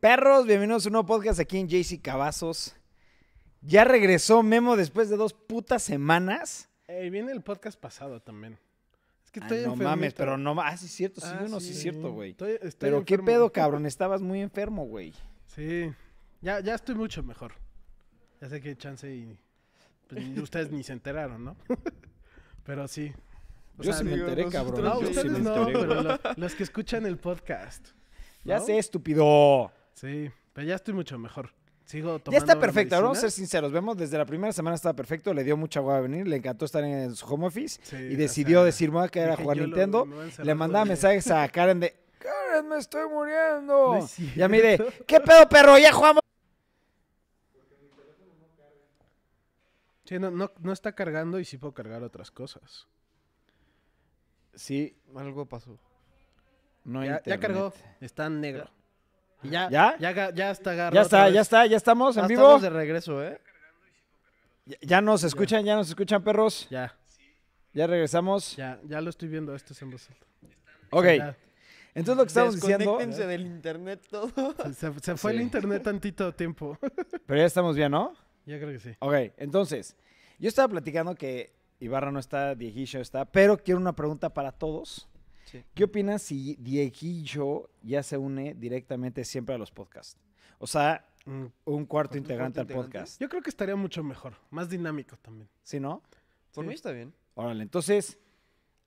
Perros, bienvenidos a un nuevo podcast aquí en JC Cavazos. Ya regresó Memo después de dos putas semanas. Ey, Eh, viene el podcast pasado también. Es que Ah, estoy no enfermito. mames, pero no mames. Ah, sí, es cierto, sí, Ah, uno, sí, es cierto, güey. Estoy- estoy Pero qué enfermo. pedo, cabrón, estabas muy enfermo, güey. Sí, ya, ya estoy mucho mejor. Ya sé que chance y... pues, ni- ustedes ni se enteraron, ¿no? pero sí. O Yo sea, sí me digo, enteré, nosotros- cabrón. No, yo sí ustedes me no, enteré, pero lo- los que escuchan el podcast. Ya ¿no? sé, estúpido. Sí, pero ya estoy mucho mejor. Sigo tomando Ya está la perfecto, ahora vamos a ser medicina. sinceros. Vemos, desde la primera semana estaba perfecto, le dio mucha hueva venir, le encantó estar en su home office Sí, y o decidió sea, decir, me voy a quedar a dije, jugar yo lo- Nintendo. me voy a encerrar Le todo mandaba el día. mensajes a Karen de, Karen, me estoy muriendo. No es y a mí de, cierto. ¿qué pedo, perro? Ya jugamos. Sí, no, no, no está cargando y sí puedo cargar otras cosas. Sí, Algo pasó. no hay Ya, ya internet. cargó. Está en negro. Y ya, ¿Ya? ya, ga- ya, está agarrado. Ya está, otra vez. ya está, ya estamos en Ah, vivo. Estamos de regreso, ¿eh? Ya- Ya nos escuchan, ya nos escuchan, perros. Ya, Ya regresamos. ya, ya lo estoy viendo. Esto es en voz alta. Ok, Ya. entonces lo que estamos diciendo, Desconéctense del internet todo. Se, se- se fue Sí. el internet tantito tiempo. pero ya estamos bien, ¿no? Yo creo que sí. Ok, entonces, yo estaba platicando que Ibarra no está, Dieguillo está, pero quiero una pregunta para todos. Sí. ¿Qué opinas si Dieguillo ya se une directamente siempre a los podcasts? O sea, Mm, un cuarto ¿Un integrante cuarto al integrante? podcast. Yo creo que estaría mucho mejor. Más dinámico también. ¿Sí, no? Por Sí. mí está bien. Órale, entonces,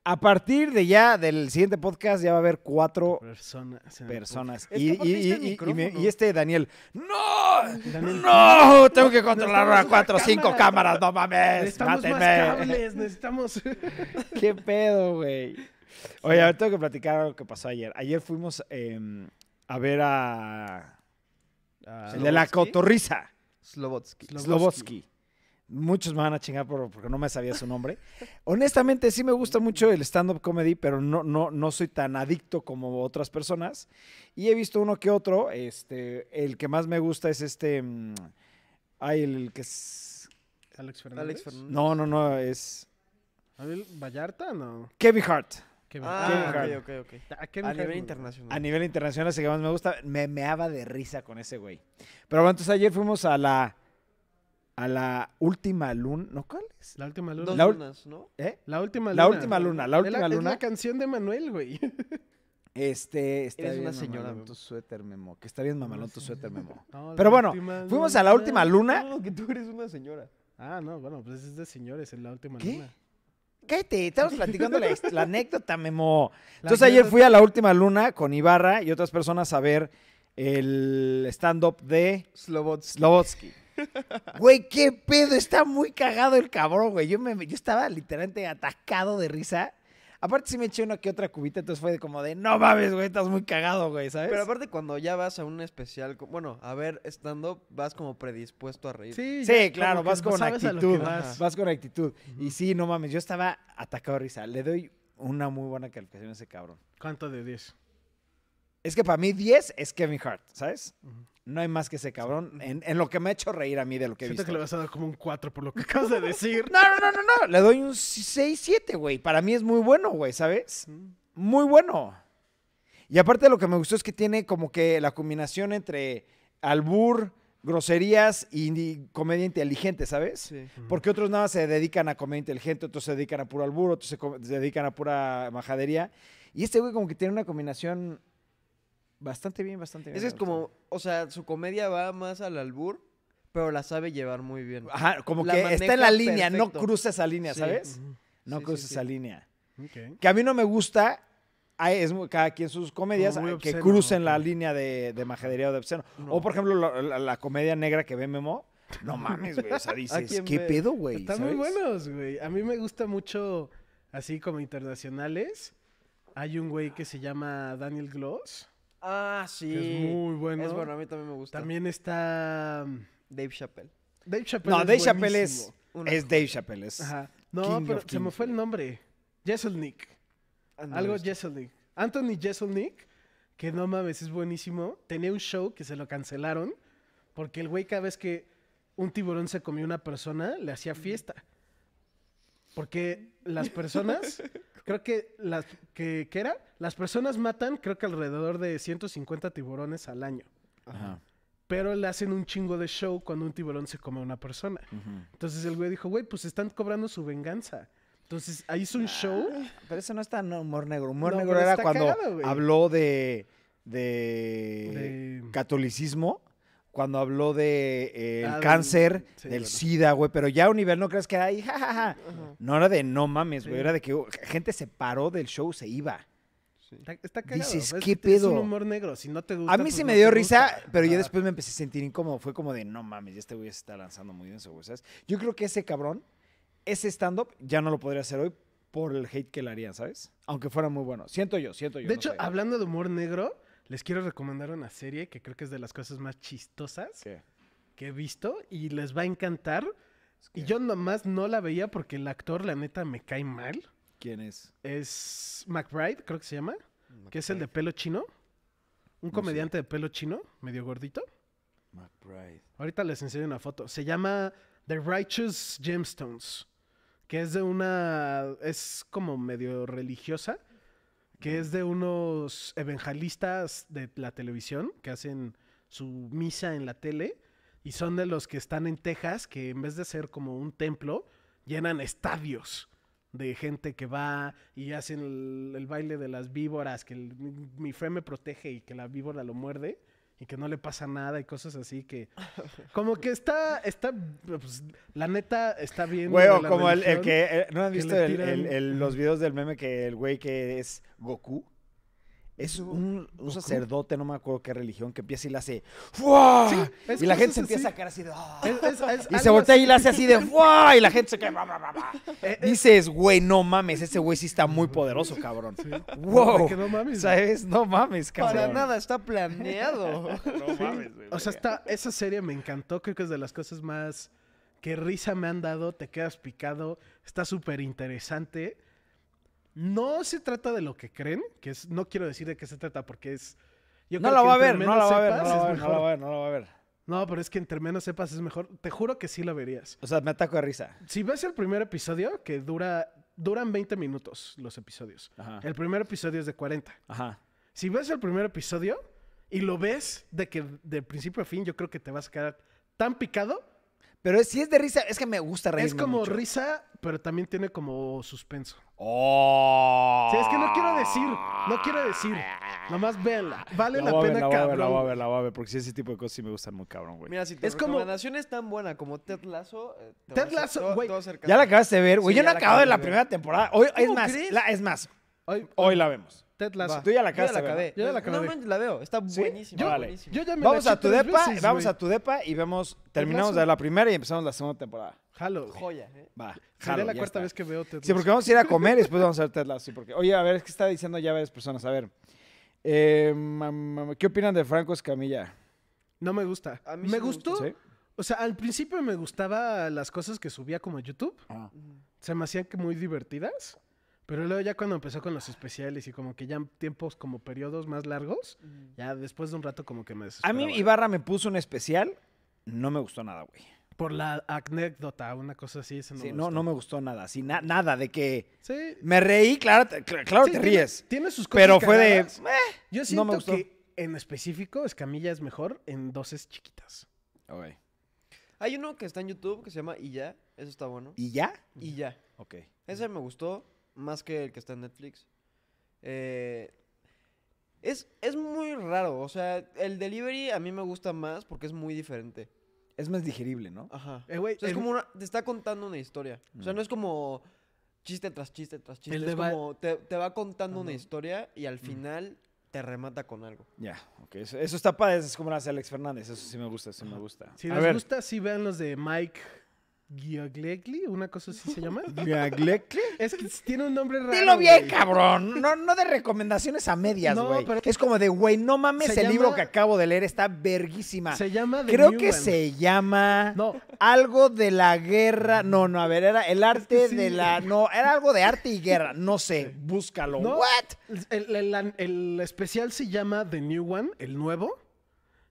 a partir de ya, del siguiente podcast, ya va a haber cuatro Personas. en el personas. Es y, que aparte y- ahí está el y- y- y me- micrófono. y este Daniel, ¡No! Daniel, ¡No! Tengo que controlar necesitamos a cuatro o otra cinco cámaras, no mames, Necesitamos más mátenme. cables, necesitamos... ¿Qué pedo, güey? Oye, ahora tengo que platicar algo que pasó ayer. Ayer fuimos em, a ver a. Ah, el de la ¿Slobotsky? cotorriza, Slobotsky. Slobotsky. Slobotsky. Muchos me van a chingar por- porque no me sabía su nombre. Honestamente, sí me gusta mucho el stand-up comedy, pero no, no, no soy tan adicto como otras personas. Y he visto uno que otro. Este, el que más me gusta es este. mm, Ay, el que es. Alex Fernández. Alex Fernández. No, no, no, es. Abel Vallarta, no. Kevin Hart. Kevin Ah, Hart. Kevin ok, ok, ok. Ah, Kevin A Hart, nivel no. A internacional. nivel internacional, ese que más me gusta, me meaba de risa con ese güey. Pero bueno, entonces ayer fuimos a la. A la última luna. ¿No cuál es? La última luna. Dos La ul- lunas, ¿no? ¿Eh? La última luna. La última luna, la Es última es luna. la canción de Manuel, güey. Este. Está Eres bien una señora, mamalón Memo. tu suéter, Memo. Que está bien mamalón tu suéter, Memo. No, Pero la bueno, última fuimos a la última luna. No, que tú eres una señora. Ah, no, bueno, pues es de señores en la última ¿Qué? luna. Cállate, estamos platicando la, la anécdota, Memo. La Entonces ayer anécdota- fui a la última luna con Ibarra y otras personas a ver el stand-up de Slobotsky. Slobotsky. Güey, qué pedo, está muy cagado el cabrón, güey. Yo, me, yo estaba literalmente atascado de risa. Aparte sí me eché una que otra cubita, entonces fue de como de, no mames, güey, estás muy cagado, güey, ¿sabes? Pero aparte cuando ya vas a un especial, co- bueno, a ver, stand-up, vas como predispuesto a reír. Sí, sí, ya, claro, como que vas con sabes a lo que actitud, vas. vas. con actitud. Y sí, no mames, yo estaba atacado de risa. Le doy una muy buena calificación a ese cabrón. ¿Cuánto de 10? Es que para mí 10 es Kevin Hart, ¿sabes? Ujú. No hay más que ese cabrón en, en lo que me ha hecho reír a mí de lo que he Siento visto. que le vas a dar como un 4 por lo que acabas de decir. No, no, no, no, no. Le doy un 6-7, güey. Para mí es muy bueno, güey, ¿sabes? Muy bueno. Y aparte lo que me gustó es que tiene como que la combinación entre albur, groserías y ni- comedia inteligente, ¿sabes? Sí. Porque otros nada más se dedican a comedia inteligente, otros se dedican a puro albur, otros se, co- se dedican a pura majadería. Y este güey como que tiene una combinación bastante bien, bastante bien. Ese es me como, o sea, su comedia va más al albur, pero la sabe llevar muy bien. gustó. Ajá, como La que está en la maneja línea, no perfecto. cruza esa línea, Sí. ¿sabes? No Sí, sí, cruza sí. esa línea. Ok. Que a mí no me gusta, ah, es muy- cada quien sus comedias, Como muy ah, que obsceno, crucen la ok. línea de, de majadería o de obsceno. No. O por ejemplo, la, la- la comedia negra que ve Memo. No mames, güey. O sea, dices, quién ¿qué ve? pedo, güey? Están ¿sabes? muy buenos, güey. A mí me gusta mucho, así como internacionales. Hay un güey que se llama Daniel Gloss, Ah, sí. que es muy bueno. Es bueno, a mí también me gusta. También está mm, Dave Chappelle. Dave Chappelle. No, es Dave Chappelle es, buenísimo. Una- es Dave Chappelle. es- Ajá. King No, of pero se me Kings, fue el güey. nombre. Jeselnik. Ah, no, Algo es- Jeselnik. Anthony Jeselnik, que no mames, es buenísimo. Tenía un show que se lo cancelaron porque el güey cada vez que un tiburón se comió una persona, le hacía fiesta. Porque las personas, creo que las que, ¿qué era, las personas matan creo que alrededor de 150 tiburones al año. Ajá. Pero le hacen un chingo de show cuando un tiburón se come a una persona. Ujú. Entonces el güey dijo, güey, pues están cobrando su venganza. Entonces ahí hizo un show. Pero eso no está en humor negro. Humor No, negro pero era está cuando cagado, güey. habló de, de, De- catolicismo, cuando habló de eh, el Ah, del- cáncer, sí, del bueno. SIDA, güey. Pero ya a un nivel no crees que era ahí, jajaja. Ajá, No era de no mames, güey. Sí. Era de que uh, gente se paró del show, se iba. sí. Está, está cagado. Dices, es- ¿qué Es un pedo? humor negro. Si no te gusta. A mí pues sí no me te dio gusta. risa, pero yo Ah, después me empecé a sentir incómodo. Fue como de, no mames, este güey se está lanzando muy denso, güey. ¿sabes? Yo creo que ese cabrón, ese stand-up, ya no lo podría hacer hoy por el hate que le harían, ¿sabes? Aunque fuera muy bueno. Siento yo, siento yo. De no hecho, sé. hablando de humor negro, les quiero recomendar una serie que creo que es de las cosas más chistosas ¿Qué? que he visto y les va a encantar. Es Y que- yo nomás no la veía porque el actor, la neta, me cae mal. ¿Quién es? Es McBride, creo que se llama, Me que es el de cae. pelo chino. No Un sé. comediante de pelo chino, medio gordito. McBride. Ahorita les enseño una foto. Se llama The Righteous Gemstones, que es de una... es como medio religiosa, que es de unos evangelistas de la televisión que hacen su misa en la tele y son de los que están en Texas que en vez de ser como un templo, llenan estadios de gente que va y hacen el, el baile de las víboras, que el- mi, mi fe me protege y que la víbora lo muerde y que no le pasa nada y cosas así que como que está está pues, la neta está bien Güey, lo de o la como el, el religión. que. eh, ¿No has que le visto el- tiran- el- el- los videos del meme que el güey que es Goku? Es No, un, un ¿Goku? sacerdote, no me acuerdo qué religión, que empieza y le hace. ¡Fua! es y la cosas gente se empieza así. a sacar así de. "Ah". Es- es- es Y se algo voltea y así. le hace así de ¡Fua! Y la gente se cae. bla, bla, bla, bla. Eh, eh, Dices, güey, no mames, ese güey sí está muy poderoso, cabrón. sí. ¡Wow! De que no mames, ¿Sabes? No mames, cabrón. Para nada, está planeado. No mames, güey. O sea, está, esa serie me encantó, creo que es de las cosas más que risa me han dado, te quedas picado, está súper interesante. No se trata de lo que creen, que es, no quiero decir de qué se trata porque es... yo No creo la que va a entre ver, no menos la va a ver, no sepas, la va es a ver, no la mejor. va a ver, no la va a ver. No, pero es que entre menos sepas es mejor. Te juro que sí la verías. O sea, me ataco de risa. Si ves el primer episodio, que dura, duran 20 minutos los episodios. Ajá. El primer episodio es de 40. Ajá. Si ves el primer episodio y lo ves de que de principio a fin, yo creo que te vas a quedar tan picado. Pero es- si es de risa, es que me gusta reírme Es como mucho. risa, pero también tiene como suspenso. ¡Oh! Sí, es que no quiero decir, no quiero decir. Nomás véanla. Vale La la, voy a ver, la pena, voy a ver, la voy a cabrón. ver, la voy a ver, porque si ese tipo de cosas sí me gustan muy cabrón, güey. Mira, si tu Es como- recomendación es tan buena como Ted Lasso... eh, te Ted vas a- Lasso, te va- güey. te va a hacer Ya la caso. acabaste de ver, güey. Sí, Yo no ya he la acabado de acabé la de ver. primera temporada. Hoy, es ¿Cómo más, crees? la- es más, Hoy- hoy la vemos. Ted Lasso. Va. Tú ya la Yo ya acabaste, la ¿verdad? acabé. Yo ya la acabé. No, manches, la veo. Está ¿Sí? buenísima. Yo- buenísima. Yo ya me la Vamos a eché tu tres depa, veces, vamos güey. a tu depa y vemos, terminamos Lasso. de la primera y empezamos la segunda temporada. Jalo. güey. Joya, ¿eh? Va, Sería jalo, la ya cuarta está. vez que veo Ted Sí, porque vamos a ir a comer y después vamos a ver Ted Lasso, sí, porque, oye, a ver, es que está diciendo ya varias personas. A ver, eh, ma- ma- ¿qué opinan de Franco Escamilla? No me gusta. A mí me sí me gusta. gustó. ¿Sí? O sea, al principio me gustaba las cosas que subía como a YouTube. Ah. Ujú. Se me hacían que muy divertidas. Pero luego ya cuando empezó con los especiales y como que ya tiempos como periodos más largos, Ujú. ya después de un rato como que me A desesperaba. mí Ibarra me puso un especial, no me gustó nada, güey. Por la anécdota, una cosa así. Eso no, Sí, me no, gustó. no me gustó nada, así na- nada de que Sí. me reí, claro, te- cl- claro Sí, te tiene- ríes, Tiene sus cosas pero fue de, cagadas. eh. Yo no siento me gustó. que en específico Escamilla es mejor en dosis chiquitas. Hay uno que está en YouTube que se llama Y ya. Eso está bueno. ¿Y ya? Y ya. Ok. Ese me gustó más que el que está en Netflix. Eh, es, es muy raro. O sea, el delivery a mí me gusta más porque es muy diferente. Es más digerible, ¿no? Ajá. Eh, güey, O sea, es el- como una- te está contando una historia. O sea, Mm. no es como chiste tras chiste tras chiste. El Es de va- como te, te va contando una Ajá. Mm. historia y al final te remata con algo. Ya, ok. Eso, eso está padre, eso es como lo hace Alex Fernández, eso sí me gusta, eso me gusta. Si a les ver, gusta, sí vean los de Mike Giaglegli, una cosa así se llama. Giaglecle. es que tiene un nombre raro. Dilo bien, güey. cabrón. No, no de recomendaciones a medias, No, güey. pero- Es como de, güey, no mames, el Se libro llama- que acabo de leer está verguísima. Se llama The Creo New que One. se llama No, algo de la guerra. No, no, a ver, era el arte sí. de la. No, era algo de arte y guerra. No sé, búscalo. No. ¿What? el, el- el especial se llama The New One, el nuevo.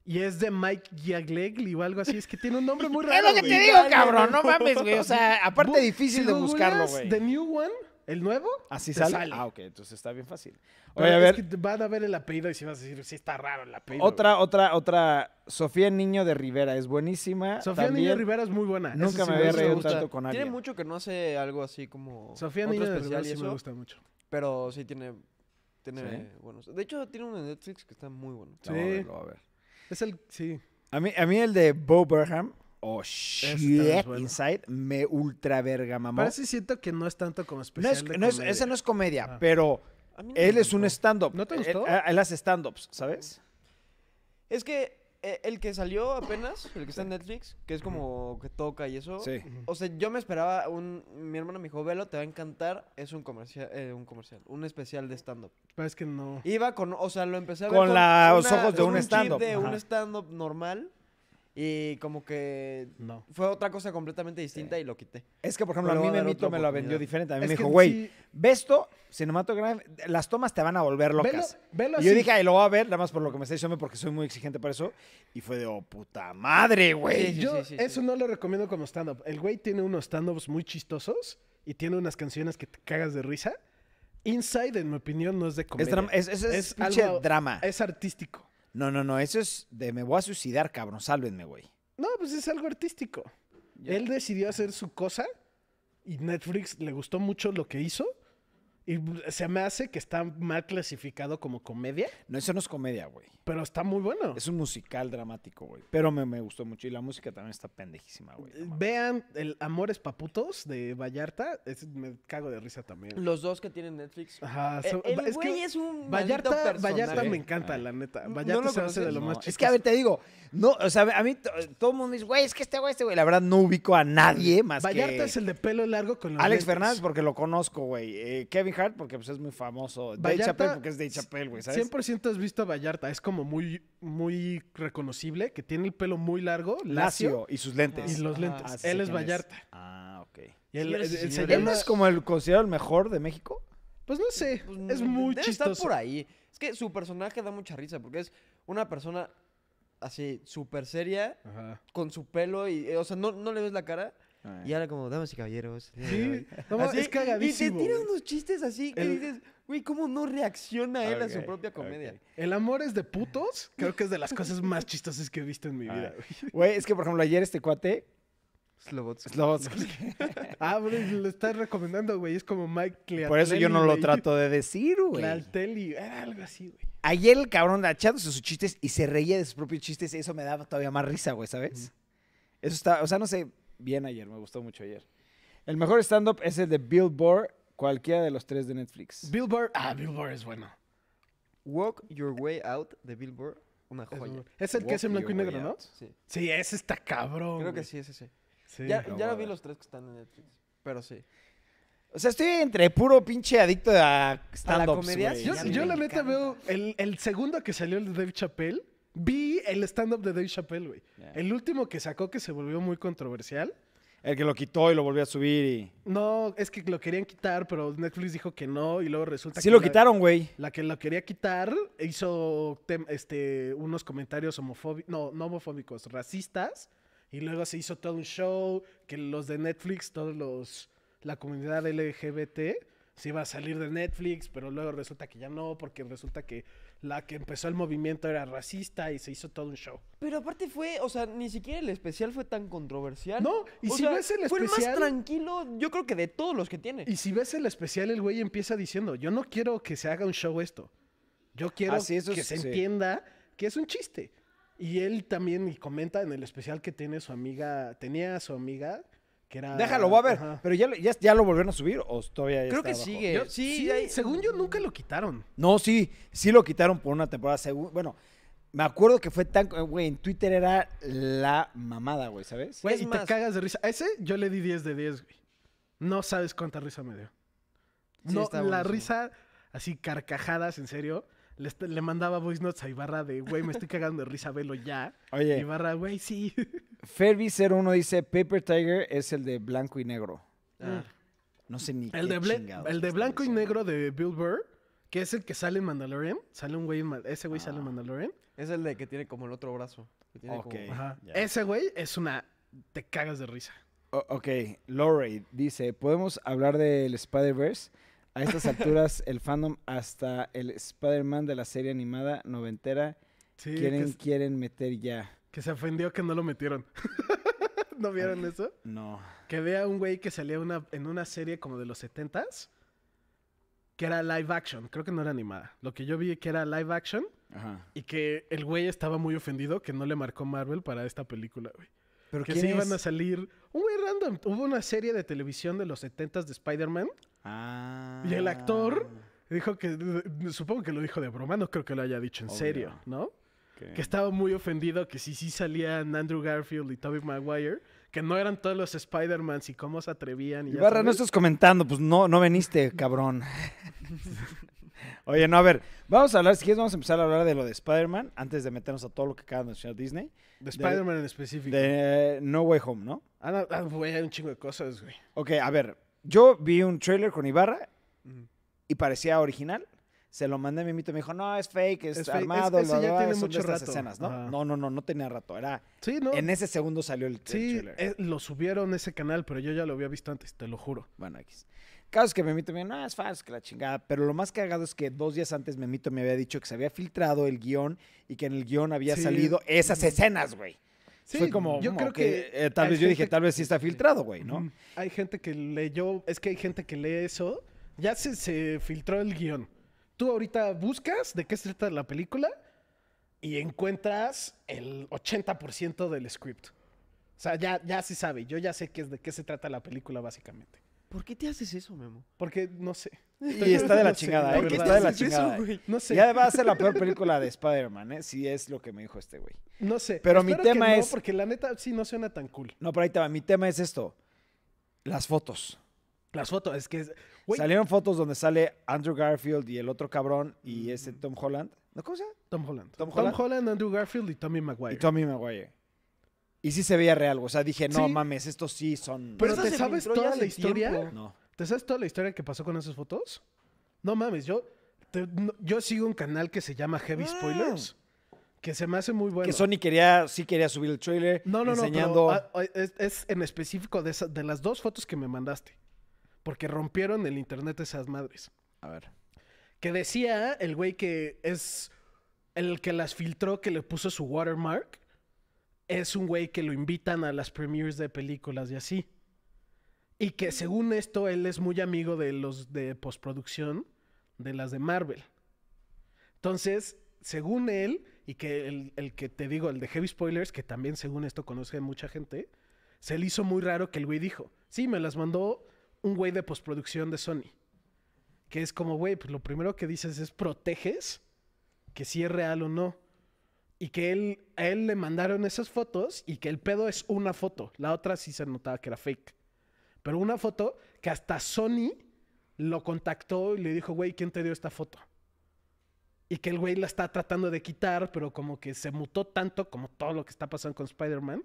Y es de Mike Giaglegli o algo así. Es que tiene un nombre muy raro. es lo que te güey. digo, cabrón. No mames, güey. O sea, aparte Bu- difícil si de buscarlo, googleas güey. The New One el nuevo, ¿Así te sale? sale. Ah, ok, entonces está bien fácil. Pero Oye, a es ver, que te van a ver el apellido y si vas a decir, sí está raro el apellido. otra, otra, otra. Sofía Niño de Rivera es buenísima. Sofía también. Niño Rivera es muy buena. eso Nunca sí me había gusta. reído gusta. tanto con Tiene alguien. mucho que no hace algo así como. Sofía otro Niño de Rivera especial y sí me eso, gusta mucho. Pero sí tiene. Tiene ¿Sí? buenos. De hecho, tiene uno en Netflix que está muy bueno. Lo voy a ver, Sí. lo voy a ver. Es el, sí. A mí, a mí el de Bo Burnham, oh también es shit, bueno. Inside, me ultra verga mamó. Pero sí siento que no es tanto como No especial es, de no es- comedia. ese no es comedia, Ah. pero A mí no me él es un encantó. stand-up. ¿No te Él- gustó? Él, él hace stand-ups, ¿sabes? Es que eh, el que salió apenas, el que está en Netflix, que es como que toca y eso. Sí. O sea, yo me esperaba un. Mi hermano me dijo, velo, te va a encantar. Es un comercial, eh, un comercial, un especial de stand-up. Pero es que no. Iba con, o sea, lo empecé a ver Con la- una- los ojos de con un chip stand-up, de un ajá. stand-up normal y como que No. fue otra cosa completamente distinta y lo quité. Es que, por ejemplo, Pero a voy mí a dar Memito otra me lo vendió oportunidad. diferente. A mí Es me que dijo, güey, sí- ve esto, cinematográfica, las tomas te van a volver Velo- locas. velo y yo así. dije, ay, lo voy a ver, nada más por lo que me está diciendo, porque soy muy exigente para eso. Y fue de, oh, puta madre, güey. Sí, sí, Eh, Yo sí, sí, eso sí. no lo recomiendo como stand-up. El güey tiene unos stand-ups muy chistosos y tiene unas canciones que te cagas de risa. Inside, en mi opinión, no es de Es, comedia. drama- es, es- es Es pinche algo- drama. Es artístico. No, no, no, eso es de me voy a suicidar, cabrón, sálvenme, güey. No, pues es algo artístico. Ya. Él decidió hacer su cosa y Netflix le gustó mucho lo que hizo. Y se me hace que está mal clasificado como comedia, No, eso no es comedia, güey. pero está muy bueno. Es un musical dramático, güey. Pero me, me gustó mucho. Y la música también está pendejísima, güey. Eh, Vean el Amores Paputos de Vallarta. es- me cago de risa también. Los dos que tienen Netflix. Ah, Ajá, Eh, so- el va- es güey que es un maldito Vallarta, Vallarta personaje. me encanta, Sí. la neta. ¿No Vallarta lo se hace de lo conoces? más No, chistoso. es que, a ver, te digo, no, o sea, a mí t- todo el mundo dice, güey, es que este güey, este güey. La verdad, no ubico a nadie más Vallarta que es el de pelo largo con los Alex lentes. Fernández pues, porque lo conozco, güey. Eh, Kevin Hart porque pues, es muy famoso. Dave Vallarta, Chappelle porque es Dave Chappelle, güey, ¿sabes? 100% has visto a Vallarta, es como muy, muy reconocible, que tiene el pelo muy largo, lacio, Lacio y sus lentes. y los Ajá. lentes. Ah, sí Él sé es quién Vallarta. Ah, ok. Y él, Señores y él- él se señores. ¿Él no llama- es como el considerado el mejor de México? Pues no sé, Pues, es muy debe chistoso. estar por ahí. Es que su personaje da mucha risa porque es una persona así súper seria Ajá. con su pelo y, eh, o sea, no, no le ves la cara. Y Eh. ahora como, damas y caballeros. el día de hoy". Sí, no, Así, es cagadísimo. Y te tira güey. unos chistes así que El- dices, güey, ¿cómo no reacciona él a Ok, su propia ok. comedia? El amor es de putos, creo que es de las cosas más chistosas que he visto en mi vida. Ah. Güey, es que, por ejemplo, ayer este cuate, Slobotsky. Slobodsky, güey. Ah, pero lo estás recomendando, güey, es como Mike Cleatelli. Por eso yo no lo güey. trato de decir, güey. Cleatelli, era algo así, güey. Ayer el cabrón echándose sus chistes y se reía de sus propios chistes y eso me daba todavía más risa, güey, ¿sabes? Eso está, o sea, no sé, bien ayer, me gustó mucho ayer. El mejor stand-up es el de Billboard, cualquiera de los tres de Netflix. Billboard, ah, Billboard es bueno. Walk Your Way Out de Billboard. Una Es, joya. bueno. Es el que es en blanco y negro, ¿no? Sí. Sí, ese está cabrón. Creo que güey. sí, ese Oh, sí. Sí. ya lo ya voy a lo vi ver. los tres que están en Netflix. Pero sí. O sea, estoy entre puro pinche adicto a stand-ups, comedia, güey. sí, Yo, ya Sí. yo me la neta encanta. veo el, el segundo que salió el de Dave Chappelle, vi el stand-up de Dave Chappelle, güey. Ya. El último que sacó que se volvió muy controversial. El que lo quitó y lo volvió a subir y... No, es que lo querían quitar, pero Netflix dijo que no y luego resulta Sí que lo la- quitaron, güey. La que lo quería quitar hizo tem- este, unos comentarios homofóbicos, no, no homofóbicos, racistas. Y luego se hizo todo un show que los de Netflix, todos los, la comunidad LGBT, se iba a salir de Netflix, pero luego resulta que ya no, porque resulta que la que empezó el movimiento era racista y se hizo todo un show. Pero aparte fue, o sea, ni siquiera el especial fue tan controversial. No, y O si ves el Fue el más especial- tranquilo, yo creo que de todos los que tiene. Y si ves el especial, el güey empieza diciendo, yo no quiero que se haga un show esto. Yo quiero Ah, sí, eso que es- se sí. entienda que es un chiste. Y él también y comenta en el especial que tiene su amiga, tenía a su amiga, que era... Déjalo, voy a ver. Ah, Eh, Ajá. Pero ya, lo- ya, ya lo volvieron a subir o todavía ya creo está que abajo? sigue. Yo- sí, sí, hay- según yo nunca lo quitaron. No, sí, sí lo quitaron por una temporada. segu- bueno, me acuerdo que fue tan. Güey, en Twitter era la mamada, güey, ¿sabes? Güey, Es y más- te cagas de risa. A ese yo le di 10 de 10, güey. No sabes cuánta risa me dio. Sí, no, está la buenísimo. risa, así carcajadas, en serio. Le, est- le mandaba voice notes a Ibarra de, güey, me estoy cagando de risa, velo ya. Oye, Ibarra, güey, sí. Ferby01 dice: Paper Tiger es el de blanco y negro. Ah, No sé ni El qué de, bla- chingados el de están blanco y diciendo. negro de Bill Burr, que es el que sale en Mandalorian. Sale un güey en Ma- Ese güey sale en Ah. Mandalorian. es el de que tiene como el otro brazo. que tiene como- Ok. Ajá. ya. Ese güey es una. Te cagas de risa. O- ok, Lorray dice, ¿podemos hablar del Spider-Verse? A estas alturas, el fandom hasta el Spider-Man de la serie animada noventera Sí, que, quieren, s- quieren meter ya. que se ofendió que no lo metieron. ¿No vieron eso? No. Que vea un güey que salía una, en una serie como de los 70s, que era live action, creo que no era animada. Lo que yo vi que era live action Ajá. y que el güey estaba muy ofendido que no le marcó Marvel para esta película, güey. ¿Pero Que quién se iban a es? salir un güey random. Hubo una serie de televisión de los 70s de Spider-Man. Ah. ¿Y el actor? Dijo que, supongo que lo dijo de broma, no creo que lo haya dicho en Obvio. serio, ¿no? Ok. Que estaba muy ofendido que sí, sí salían Andrew Garfield y Tobey Maguire, que no eran todos los Spider-Mans y cómo se atrevían. Y ya Ibarra, no sabes. estás comentando, pues no, no veniste, cabrón. Oye, no, a ver, vamos a hablar, si quieres vamos a empezar a hablar de lo de Spider-Man, antes de meternos a todo lo que acaba de mencionar Disney, De Spider-Man en específico. de eh, No Way Home, ¿no? Ah, no, ah, güey, hay un chingo de cosas, güey. Ok, a ver, yo vi un trailer con Ibarra Mm. Ujú. y parecía original. Se lo mandé a mi mito y me dijo, no, es fake, es, Es fake, armado, es- ese bla, ya bla, tiene son de mucho estas rato. escenas, ¿no? Ajá. No, no, no, no tenía rato. Era, Sí, ¿no? en este ese segundo salió el, el sí, trailer. eh, lo subieron a ese canal, pero yo ya lo había visto antes, te lo juro. Bueno, X. Caso es que Memito me dijo, no, es falso, que la chingada. Pero lo más cagado es que dos días antes Memito me había dicho que se había filtrado el guión y que en el guión había Sí. salido esas escenas, güey. Sí, Fue como, yo mm, creo ok, que eh, tal hay vez yo dije, gente- tal vez sí está filtrado, güey, ¿no? Ujú. Hay gente que leyó, es que hay gente que lee eso. Ya se, se filtró el guión. Tú ahorita buscas de qué se trata la película y encuentras el 80% del script. O sea, ya, ya se sabe. Yo ya sé qué es, de qué se trata la película, básicamente. ¿Por qué te haces eso, Memo? Porque no sé. Y está de la chingada, la ¿eh? verdad. Está de la ¿Por qué te haces chingada. eso, güey? No sé. Ya va a ser la peor película de Spider-Man, ¿eh? Si es lo que me dijo este güey. No sé. Pero mi Espero que tema no, es- Porque la neta sí no suena tan cool. No, pero ahí te va. Mi tema es esto. Las fotos. Las fotos, es que. es- Güey, Salieron fotos donde sale Andrew Garfield y el otro cabrón y este Tom Holland. ¿No cómo se llama? Tom Holland. Tom Tom Holland. Holland. Andrew Garfield y Tommy Maguire. Y Tommy Maguire. Y sí se veía real, o sea, dije, no Sí. mames, estos sí son... Pero Esa te se sabes filtró ya toda hace la historia. tiempo. No. ¿Te sabes toda la historia que pasó con esas fotos? No mames, yo, te- no- yo sigo un canal que se llama Heavy Ah. Spoilers, que se me hace muy bueno. Que Sony quería, sí quería subir el trailer no, no, no, enseñando... pero, ah, ah, es, es en específico de, esa- de las dos fotos que me mandaste, porque rompieron el internet esas madres. A ver. Que decía el güey que es el que las filtró, que le puso su watermark, es un güey que lo invitan a las premieres de películas y así. Y que según esto, él es muy amigo de los de postproducción, de las de Marvel. Entonces, según él, y que el, el que te digo, el de Heavy Spoilers, que también según esto conoce mucha gente, se le hizo muy raro que el güey dijo, sí, me las mandó un güey de postproducción de Sony. Que es como, güey, pues lo primero que dices es proteges que si es real o no. Y que él, a él le mandaron esas fotos y que el pedo es una foto. La otra sí se notaba que era fake. Pero una foto que hasta Sony lo contactó y le dijo, güey, ¿quién te dio esta foto? Y que el güey la está tratando de quitar, pero como que se mutó tanto como todo lo que está pasando con Spider-Man,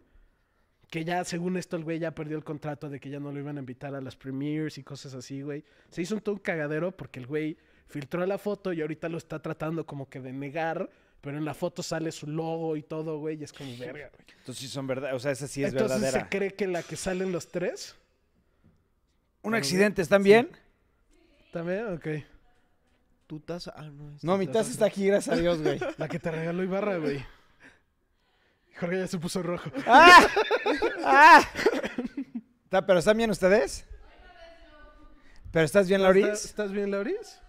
que ya según esto el güey ya perdió el contrato de que ya no lo iban a invitar a las premieres y cosas así, güey. Se hizo un todo un cagadero porque el güey filtró la foto y ahorita lo está tratando como que de negar, pero en la foto sale su logo y todo, güey, y es como verga, güey. Entonces sí son verdad, o sea, esa sí es Entonces verdadera. se cree que la que salen los tres Un accidente, ¿están bien? también, ok. Tu taza. Ah, no. es No, tu mi taza está aquí, gracias a Dios, güey. La que te regaló Ibarra, güey. Jorge ya se puso rojo. ¡Ah! ¡Ah! Está- ¿Pero están bien ustedes? ¿Pero estás bien, ¿Estás- Lauris? ¿Estás bien, Lauris?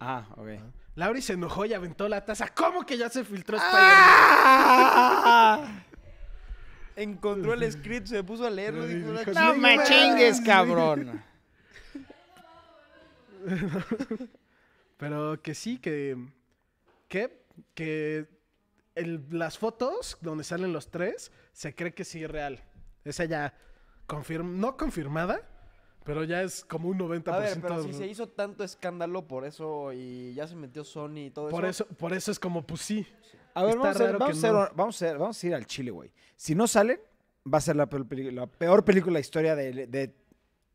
Ah, ok. Lauri se enojó y aventó la taza. ¿Cómo que ya se filtró Spider-Man? ¡Ah! Encontró el script, se puso a leerlo. Sí, Dijo, dijo, ¡No Sí, me no chingues, mames. cabrón! Pero que sí, que. Que. Que. el- las fotos donde salen los tres se cree que sí es real. Esa ya. confirm- no confirmada, pero ya es como un 90%. A ver, pero si de- se hizo tanto escándalo por eso y ya se metió Sony y todo por, eso. eso, por eso es como, pues sí. A ver, Está vamos a, hacer- raro vamos, que a no. hacer- vamos a hacer- vamos a ir al Chile, güey. Si no salen, va a ser la peor, peli- la peor película de la historia de, de- de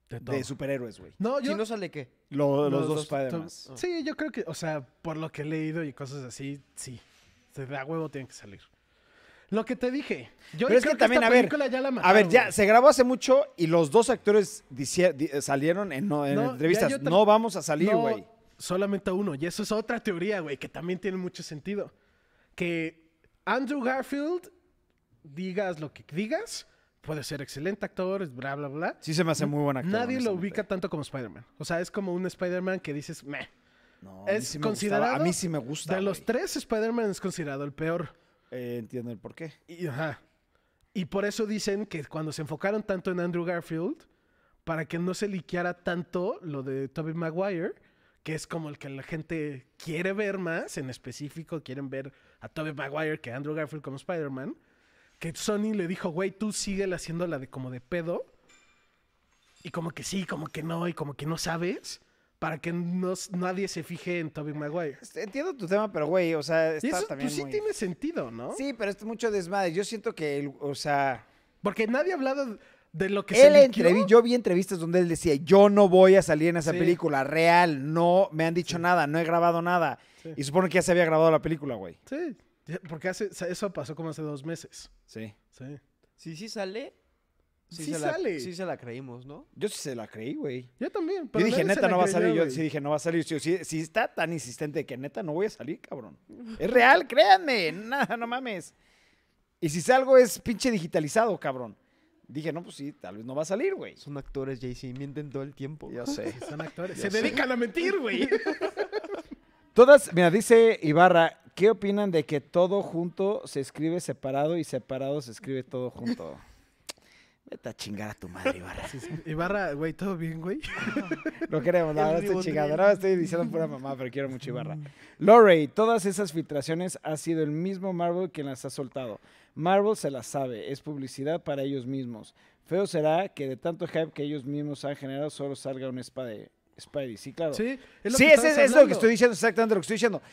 De todo. superhéroes, güey. No, Si yo. no sale qué. Lo- los, los dos dos- Spider-Man. Ah. Sí, yo creo que, o sea, por lo que he leído y cosas así, sí. Se da huevo, tiene que salir. Lo que te dije. Yo Pero es creo que también, esta a ver, película ya la a ver, mataron, ya güey. se grabó hace mucho y los dos actores dicie- di- salieron en, no- en No, ya entrevistas. yo tam- No vamos a salir, No, güey. solamente a uno. Y eso es otra teoría, güey, que también tiene mucho sentido. Que Andrew Garfield, digas lo que digas, puede ser excelente actor, bla, bla, bla. Sí se me hace muy buena actor. Nadie lo honestamente. ubica tanto como Spider-Man. O sea, es como un Spider-Man que dices, meh. No, a mí Es sí me gustaba. considerado. A mí sí me gusta. De los güey. tres, Spider-Man es considerado el peor. Eh, entiendo el porqué. Y, ajá. Y por eso dicen que cuando se enfocaron tanto en Andrew Garfield, para que no se liqueara tanto lo de Tobey Maguire, que es como el que la gente quiere ver más, en específico quieren ver a Tobey Maguire que a Andrew Garfield como Spider-Man, que Sony le dijo, güey, tú síguela haciendo la de como de pedo, y como que sí, como que no, y como que no sabes, para que no, nadie se fije en Tobey Maguire. Este, Entiendo tu tema, pero güey, o sea, está Y eso también pues, sí muy- tiene sentido, ¿no? Sí, pero es mucho desmadre. Yo siento que, el- o sea, Porque nadie ha hablado de lo que se él liqueó. entrevi- yo vi entrevistas donde él decía, yo no voy a salir en esa Sí. película real, no me han dicho nada, no he grabado nada. Sí. Y supone que ya se había grabado la película, güey. Sí, ya- porque hace, o sea, eso pasó como hace dos meses. Sí. Sí. Si sí sale. Sí, Sí se sale. La, sí se la creímos, ¿no? Yo sí se la creí, güey. Yo también. Yo pero dije, nadie se neta, la no va a creyó, salir. Yo güey. sí dije, no va a salir. Si, si- si está tan insistente de que neta no voy a salir, cabrón. Es real, créanme. Nada, no mames. Y si salgo es pinche digitalizado, cabrón. Dije, no, pues sí, tal vez no va a salir, güey. Son actores, Jay-Z. Mienten todo el tiempo. Yo sé. Son actores. Ya Se sé. dedican a mentir, güey. Todas, mira, dice Ibarra, ¿qué opinan de que todo junto se escribe separado y separado se escribe todo junto? Vete a chingar a tu madre, Ibarra. Ibarra, güey, ¿todo bien, güey? Lo queremos, la El verdad estoy ribotril. chingando. No, estoy diciendo pura mamá, pero quiero mucho Ibarra. Lorey, todas esas filtraciones ha sido el mismo Marvel quien las ha soltado. Marvel se las sabe, es publicidad para ellos mismos. Feo será que de tanto hype que ellos mismos han generado solo salga un Spidey. Spidey, sí, claro. Sí, sí, ese- estabas es, lo que hablando. estoy diciendo, exactamente lo que estoy diciendo.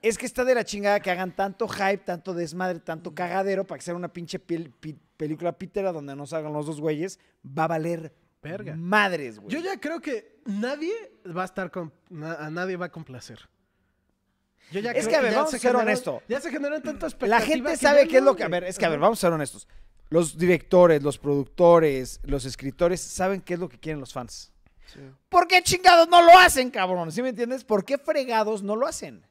Es que está de la chingada que hagan tanto hype, tanto desmadre, tanto cagadero para que sea una pinche pel- pi- película pítera donde no salgan los dos güeyes. Va a valer Verga. madres, güey. Yo ya creo que nadie va a estar con. na- a nadie va a complacer. Yo ya Es creo que, a ver, ya vamos se a ser generó- honesto. Ya se generó tanta expectativa. La gente que sabe ya qué es no, lo que... A güey. ver, es que, a ver, Ajá. vamos a ser honestos. Los directores, los productores, los escritores saben qué es lo que quieren los fans. Sí. ¿Por qué chingados no lo hacen, cabrón? ¿Sí me entiendes? ¿Por qué fregados no lo hacen?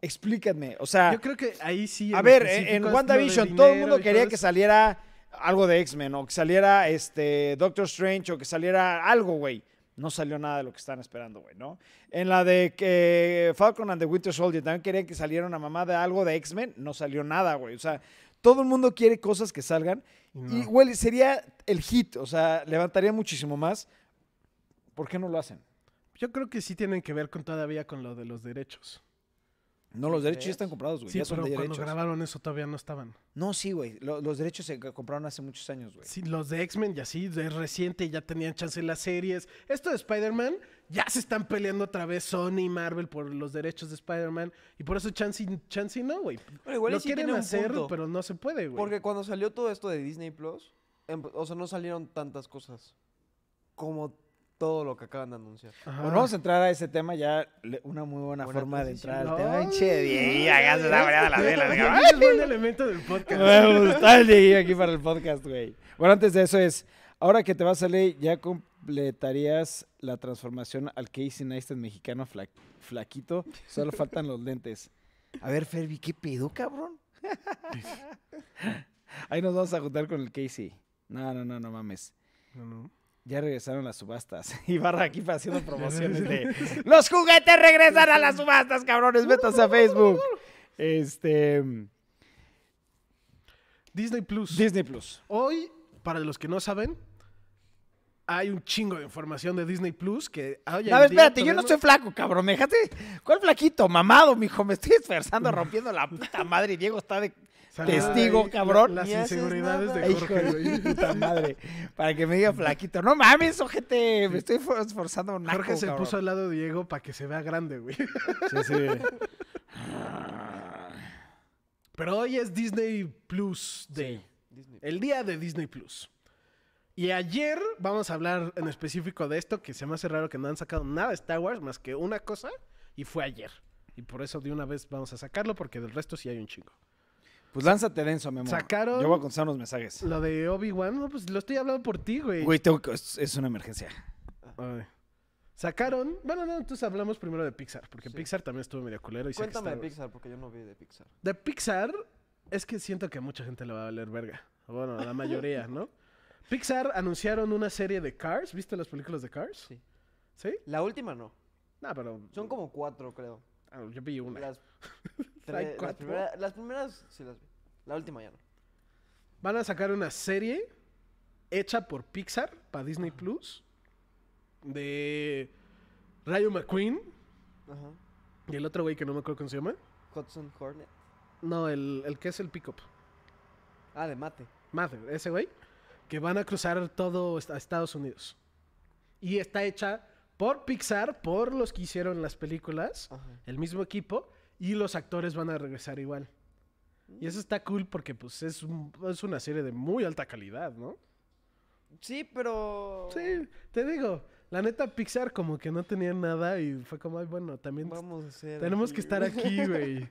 Explícame. O sea... Yo creo que ahí sí. A ver, específico eh, en es lo de WandaVision todo el dinero mundo y quería todo que eso. saliera algo de X-Men o que saliera este Doctor Strange o que saliera algo, güey. No salió nada de lo que están esperando, güey, ¿no? En la de que Falcon and the Winter Soldier también querían que saliera una mamá de algo de X-Men, no salió nada, güey. O sea, todo el mundo quiere cosas que salgan y, No. güey, sería el hit, o sea, levantaría muchísimo más. ¿Por qué no lo hacen? Yo creo que sí tienen que ver con todavía con lo de los derechos. No, los derechos ya están comprados, güey. Sí, ya son pero de cuando derechos. grabaron eso todavía no estaban. No, sí, güey. lo- los derechos se compraron hace muchos años, güey. Sí, los de X-Men ya sí, de reciente ya tenían chance en las series. Esto de Spider-Man, ya se están peleando otra vez Sony y Marvel por los derechos de Spider-Man. Y por eso chance, y- chance y no, güey. Bueno, igual y Lo sí quieren tiene un hacer, punto. pero no se puede, güey. Porque cuando salió todo esto de Disney Plus, em- o sea, no salieron tantas cosas como todo lo que acaban de anunciar. Ajá. Bueno, Pues vamos a entrar a ese tema ya, le- una muy Ah. buena, Buena forma transición. de entrar al Ay, tema. Pinche Dieguillo, ay, ya se está ay, variando la vela, ay, digo, ay, es buen elemento del podcast. Me gusta el Dieguillo aquí para el podcast, güey. Bueno, antes de eso es, ahora que te vas a ley, ¿ya completarías la transformación al Casey Neistat mexicano fla- flaquito? Solo faltan los lentes. A ver, Ferbi, ¿qué pedo, cabrón? Ahí nos vamos a juntar con el Casey. No, no, no, no mames. No, no. Ya regresaron las subastas. Y Barra aquí haciendo promociones de los juguetes regresan a las subastas, cabrones. Métanse a Facebook. Este Disney Plus. Disney Plus. Hoy, para los que no saben, hay un chingo de información de Disney Plus que... No, hoy a ver, en día espérate, yo todavía no estoy flaco, cabrón. Me dejaste. ¿Cuál flaquito? Mamado, mijo. Me estoy esforzando, rompiendo la puta madre. Y Diego está de Salió testigo, ahí cabrón. la- Las Ni haces inseguridades nada. de Ay, hijo Jorge, de güey. puta madre. Para que me diga flaquito. No mames, ojete. Me estoy for- esforzando. Naco, Jorge se cabrón. puso al lado de Diego para que se vea grande, güey. Sí, sí. Pero hoy es Disney Plus Day. Disney. El día de Disney Plus. Y ayer vamos a hablar en específico de esto, que se me hace raro que no han sacado nada de Star Wars más que una cosa, y fue ayer. Y por eso de una vez vamos a sacarlo, porque del resto sí hay un chingo. Pues lánzate denso, mi amor. Sacaron- Yo voy a contestar unos mensajes. Lo de Obi-Wan, no, pues lo estoy hablando por ti, güey. Güey, tengo que- es, es una emergencia. Ay. Sacaron. Bueno, no, entonces hablamos primero de Pixar, porque Sí. Pixar también estuvo medio culero. Y sé que Cuéntame de Star Wars- Pixar, porque yo no vi de Pixar. De Pixar, es que siento que a mucha gente le va a valer verga. Bueno, a la mayoría, ¿no? Pixar anunciaron una serie de Cars. ¿Viste las películas de Cars? Sí. ¿Sí? La última no. No, pero. Son como cuatro, creo. ah, yo vi una. Las, tres- Hay las cuatro. primera- las primeras sí las vi. La última ya no. Van a sacar una serie hecha por Pixar para Disney Plus de Rayo McQueen Ajá. y el otro güey que no me acuerdo cómo se llama. Hudson Hornet. No, el, el que es el pickup. Ah, de mate. Mather, ese güey. Que van a cruzar todo est- a Estados Unidos. Y está hecha por Pixar, por los que hicieron las películas, Ajá. el mismo equipo, y los actores van a regresar igual. Y eso está cool porque pues es, un- es una serie de muy alta calidad, ¿no? Sí, pero. Sí, te digo, la neta Pixar como que no tenía nada y fue como, ay, bueno, también Vamos a hacer. tenemos aquí- que estar aquí, güey.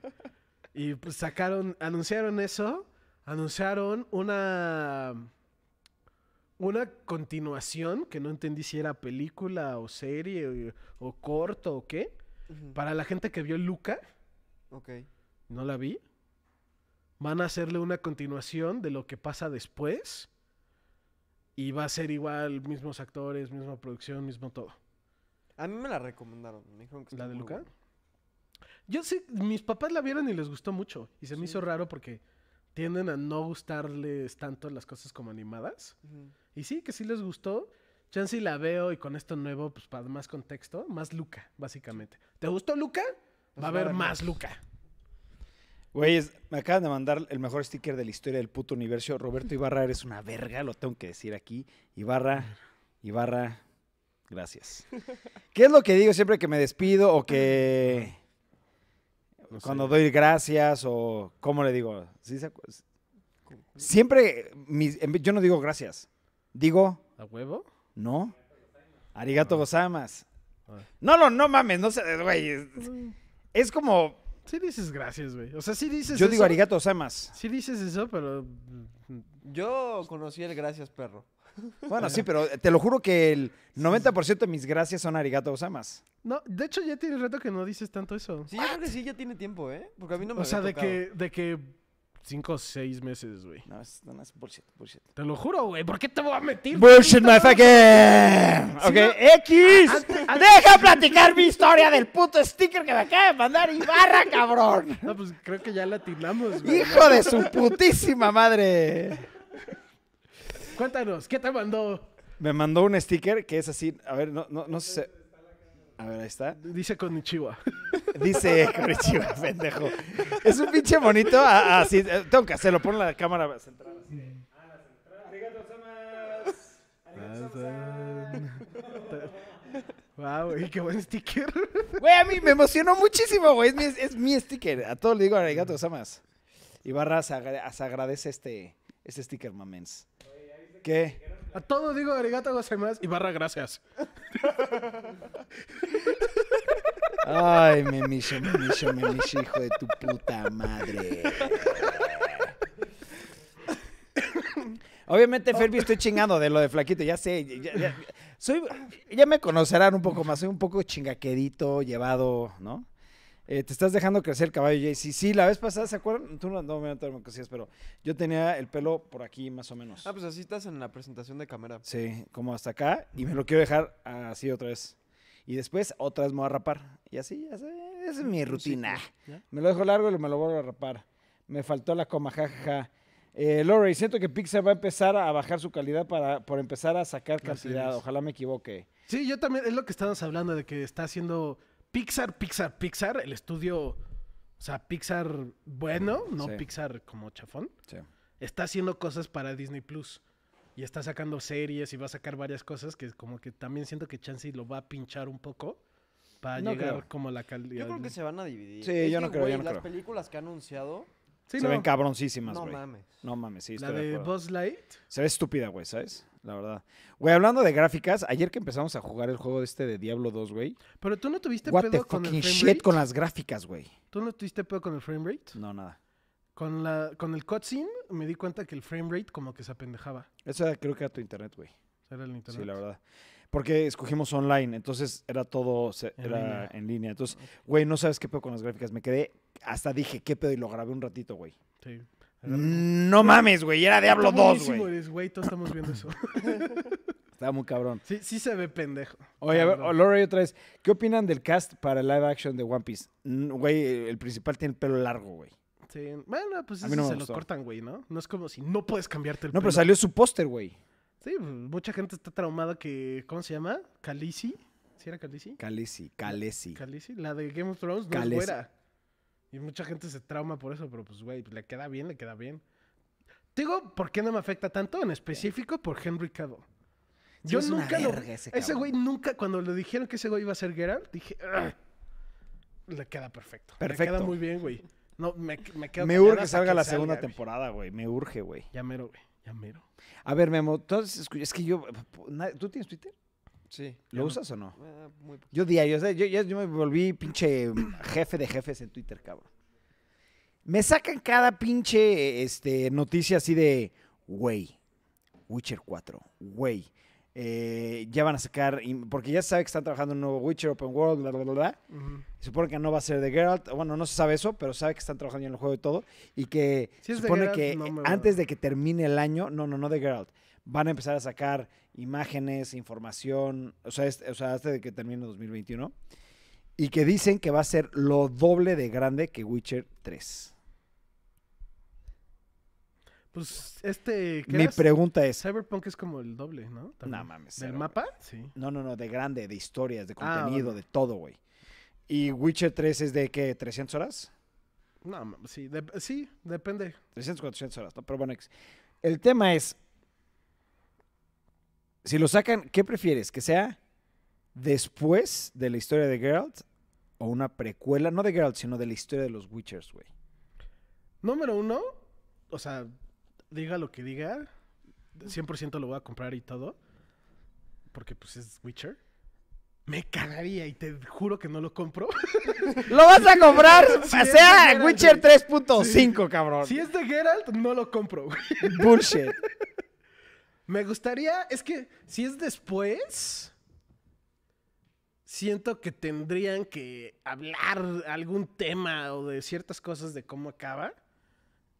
Y pues sacaron, anunciaron eso, anunciaron una una continuación que no entendí si era película o serie o, o corto o qué. Ujú. Para la gente que vio Luca, Ok. no la vi. Van a hacerle una continuación de lo que pasa después. Y va a ser igual, mismos actores, misma producción, mismo todo. A mí me la recomendaron. Me dijeron que ¿La está de muy Luca? buena. Yo sí, mis papás la vieron y les gustó mucho. Y se me Sí. hizo raro porque tienden a no gustarles tanto las cosas como animadas. Ujú. Y sí, que sí les gustó. Chance y la veo y con esto nuevo, pues para más contexto, más Luca, básicamente. ¿Te gustó Luca? Pues Va a va a haber haber más Luca. Güey, es- me acaban de mandar el mejor sticker de la historia del puto universo. Roberto Ibarra, eres una verga, lo tengo que decir aquí. Ibarra, Ibarra, gracias. ¿Qué es lo que digo siempre que me despido o que No sé. cuando doy gracias o cómo le digo? ¿Sí se acu- Siempre, mis- en vez- yo no digo gracias, digo ¿A huevo? no. Arigato gozamas. Ah. No, no, no mames, no sé, güey. es- Mm. Es como, Sí dices gracias, güey. O sea, sí dices yo digo eso. arigato gozamas. Sí dices eso, pero... mm, Yo conocí el Gracias Perro. Bueno, sí, pero eh, te lo juro que el 90% de mis gracias son arigato gozamas. No, de hecho ya tiene rato que no dices tanto eso. Sí, yo creo que sí, ya tiene tiempo, ¿eh? Porque a mí no me o sea, había de tocado. que, de que cinco o seis meses, güey. No, es, no, es bullshit, bullshit. Te lo juro, güey. ¿Por qué te voy a mentir? Bullshit, my fucking. Si Ok, no- X. Antes- antes- Deja platicar mi historia del puto sticker que me acaba de mandar Ibarra, cabrón. No, pues creo que ya la atinamos, güey. Hijo de su putísima madre. Cuéntanos, ¿qué te mandó? Me mandó un sticker que es así. A ver, no, no, no sé. A ver, ahí está. Dice con Nichiwa. Dice Correchiva, pendejo. Es un pinche bonito. a- a- Así, eh, tengo que hacerlo. Pon la cámara central. Así de, wow, güey, qué buen sticker. Güey, a mí me emocionó muchísimo, güey. Es mi, es mi sticker. A todos le digo arigato, Samas. Y barra se agra- se agradece este, este sticker, mamens. ¿Qué? A todo digo arigato más y barra gracias. Ay, memicho, memicho, memicho, hijo de tu puta madre. Obviamente, Ferbi, estoy chingando de lo de flaquito, ya sé. Ya, ya- soy, ya me conocerán un poco más, soy un poco chingaquerito, llevado, ¿no? Eh, te estás dejando crecer el caballo, Jay. Sí, sí, la vez pasada, ¿se acuerdan? Tú no, no me acuerdo lo que hacías, pero yo tenía el pelo por aquí más o menos. Ah, pues así estás en la presentación de cámara. Sí, como hasta acá, y me lo quiero dejar así otra vez. Y después otra vez me voy a rapar. Y así, ya sé, esa es mi rutina. ¿ya? Me lo dejo largo y me lo vuelvo a rapar. Me faltó la coma, jajaja. Eh, Lorey, siento que Pixar va a empezar a bajar su calidad para, por empezar a sacar cantidad. series. Ojalá me equivoque. Sí, yo también, es lo que estábamos hablando de que está haciendo Pixar, Pixar, Pixar, el estudio, o sea, Pixar bueno, no Sí. Pixar como chafón. Está haciendo cosas para Disney Plus. Y está sacando series y va a sacar varias cosas que como que también siento que Chansey lo va a pinchar un poco para No llegar creo. como a la calidad. Yo creo que se van a dividir. Sí, Es yo que, no creo, yo güey, no las creo. películas que ha anunciado, Sí, se no, ven cabroncísimas, no güey. mames. No mames, sí, La estoy de de acuerdo. Buzz Light. Se ve estúpida, güey, ¿sabes? La verdad. Güey, hablando de gráficas, ayer que empezamos a jugar el juego este de Diablo 2, güey. Pero tú no tuviste What the pedo con el fucking frame shit rate. con las gráficas, güey. ¿Tú no tuviste pedo con el frame rate? No, nada. Con, la, con el cutscene me di cuenta que el frame rate como que se apendejaba. Eso era- creo que era tu internet, güey. O sea, era el internet. Sí, la verdad. Porque escogimos online, entonces era todo se- En era línea. en línea. Entonces, güey, no sabes qué pedo con las gráficas. Me quedé, hasta dije, qué pedo, y lo grabé un ratito, güey. Sí. No mames, güey, era Diablo Está 2, buenísimo, Mm, güey. eres, güey, todos estamos viendo eso. Estaba muy cabrón. sí, sí se ve pendejo. Oye, a ver, Cabrón. Laura, y otra vez, ¿qué opinan del cast para el live action de One Piece? Mm, Güey, el principal tiene el pelo largo, güey. Sí, Bueno, pues A eso mí no me se lo gustó. cortan, güey, ¿no? No es como si no puedes cambiarte el No, pero pelo. salió su póster, güey. Sí, pues, mucha gente está traumada que... ¿Cómo se llama? Khaleesi. ¿Sí era Khaleesi? Calesi, Calesi. Khaleesi, la de Game of Thrones no Khaleesi. es güera. Y mucha gente se trauma por eso, pero pues, güey, pues, le queda bien, le queda bien. Te Digo, ¿por qué no me afecta tanto? En específico, por Henry Cavill. Sí, Yo es una nunca lo... verga ese Ese cabrón. güey nunca, cuando le dijeron que ese güey iba a ser Geralt, dije... "Ugh". Le queda perfecto. Le Perfecto. queda muy bien, güey. No, me, me quedo Me callado urge que hasta salga la salga, segunda güey. temporada, güey. Me urge, güey. Ya mero, güey. Ya mero. A ver, Memo, entonces, es que yo... na- ¿Tú tienes Twitter? Sí. ¿Lo usas o no? Ah, muy poco. Yo diario, o sea, yo, yo- yo me volví pinche jefe de jefes en Twitter, cabrón. Me sacan cada pinche este, noticia así de, güey, Witcher 4, güey, eh, ya van a sacar, y- porque ya se sabe que están trabajando en un nuevo Witcher Open World, bla, bla, bla, bla. Ujú. Se supone que no va a ser de Geralt, o bueno, no se sabe eso, pero sabe que están trabajando ya en el juego y todo, y que Si se es de supone Geralt, que no eh, me- antes de que termine el año, no, no, no de Geralt, van a empezar a sacar imágenes, información, o sea, es- o sea, hasta de que termine 2021, y que dicen que va a ser lo doble de grande que Witcher 3. Pues este... ¿qué Mi eras? pregunta es, Cyberpunk es como el doble, ¿no? no También. mames, ¿Del cero, mapa? Sí. güey. No, no, no, de grande, de historias, de Ah, contenido, bueno. de todo, güey. ¿Y Witcher 3 es de qué? ¿300 horas? No, mam- sí, dep- sí, depende. 300, 400 horas, ¿no? Pero bueno, ex- el tema es, si lo sacan, ¿qué prefieres? ¿Que sea después de la historia de Geralt o una precuela? No de Geralt, sino de la historia de los Witchers, güey. Número uno, o sea, diga lo que diga, 100% lo voy a comprar y todo, porque pues es Witcher. Me cagaría y te juro que no lo compro. ¡Lo vas a comprar! Sí, es de sea Geralt, Witcher güey. 3.5, cabrón. si es de Geralt, no lo compro. güey. Bullshit. Me gustaría, es que si es después, siento que tendrían que hablar algún tema o de ciertas cosas de cómo acaba.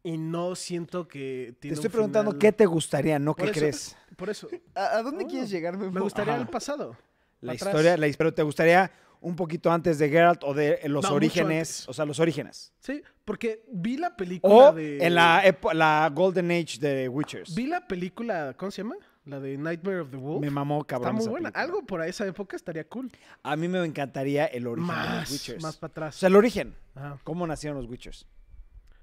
Y no siento que... Te tiene estoy un preguntando final- qué te gustaría, no qué Por eso- crees. Por eso, ¿A, a dónde Ah, quieres llegar, Memo? me gustaría Ajá. el pasado. La atrás. historia, la his- pero te gustaría un poquito antes de Geralt o de eh, los No, mucho orígenes, antes. o sea, los orígenes. Sí, porque vi la película O de. en la, epo- la Golden Age de Witchers. Vi la película, ¿cómo se llama? La de Nightmare of the Wolf. Me mamó, Está cabrón. muy esa buena. película. Algo por esa época estaría cool. A mí me encantaría el origen de los Más, Witchers. más para O atrás. sea, el origen. Ajá. Cómo nacieron los Witchers.